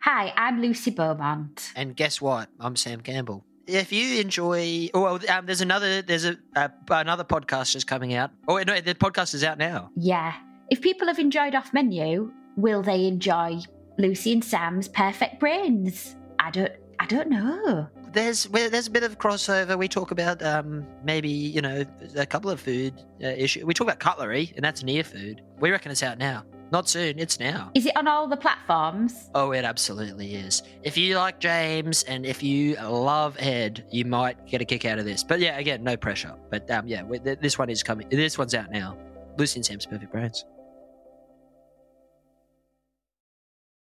G: Hi, I'm Lucy Beaumont.
H: And guess what? I'm Sam Campbell. If you enjoy, oh, well, um, there's another there's a uh, another podcast just coming out. Oh wait, no, the podcast is out now.
G: Yeah. If people have enjoyed Off Menu, will they enjoy Lucy and Sam's Perfect Brains? I don't I don't know.
H: There's well, there's a bit of crossover. We talk about um, maybe you know a couple of food uh, issue. We talk about cutlery, and that's near food. We reckon it's out now. Not soon. It's now.
G: Is it on all the platforms?
H: Oh, it absolutely is. If you like James and if you love Ed, you might get a kick out of this. But yeah, again, no pressure. But um, yeah, we- th- this one is coming. This one's out now. Lucy and Sam's Perfect Brains.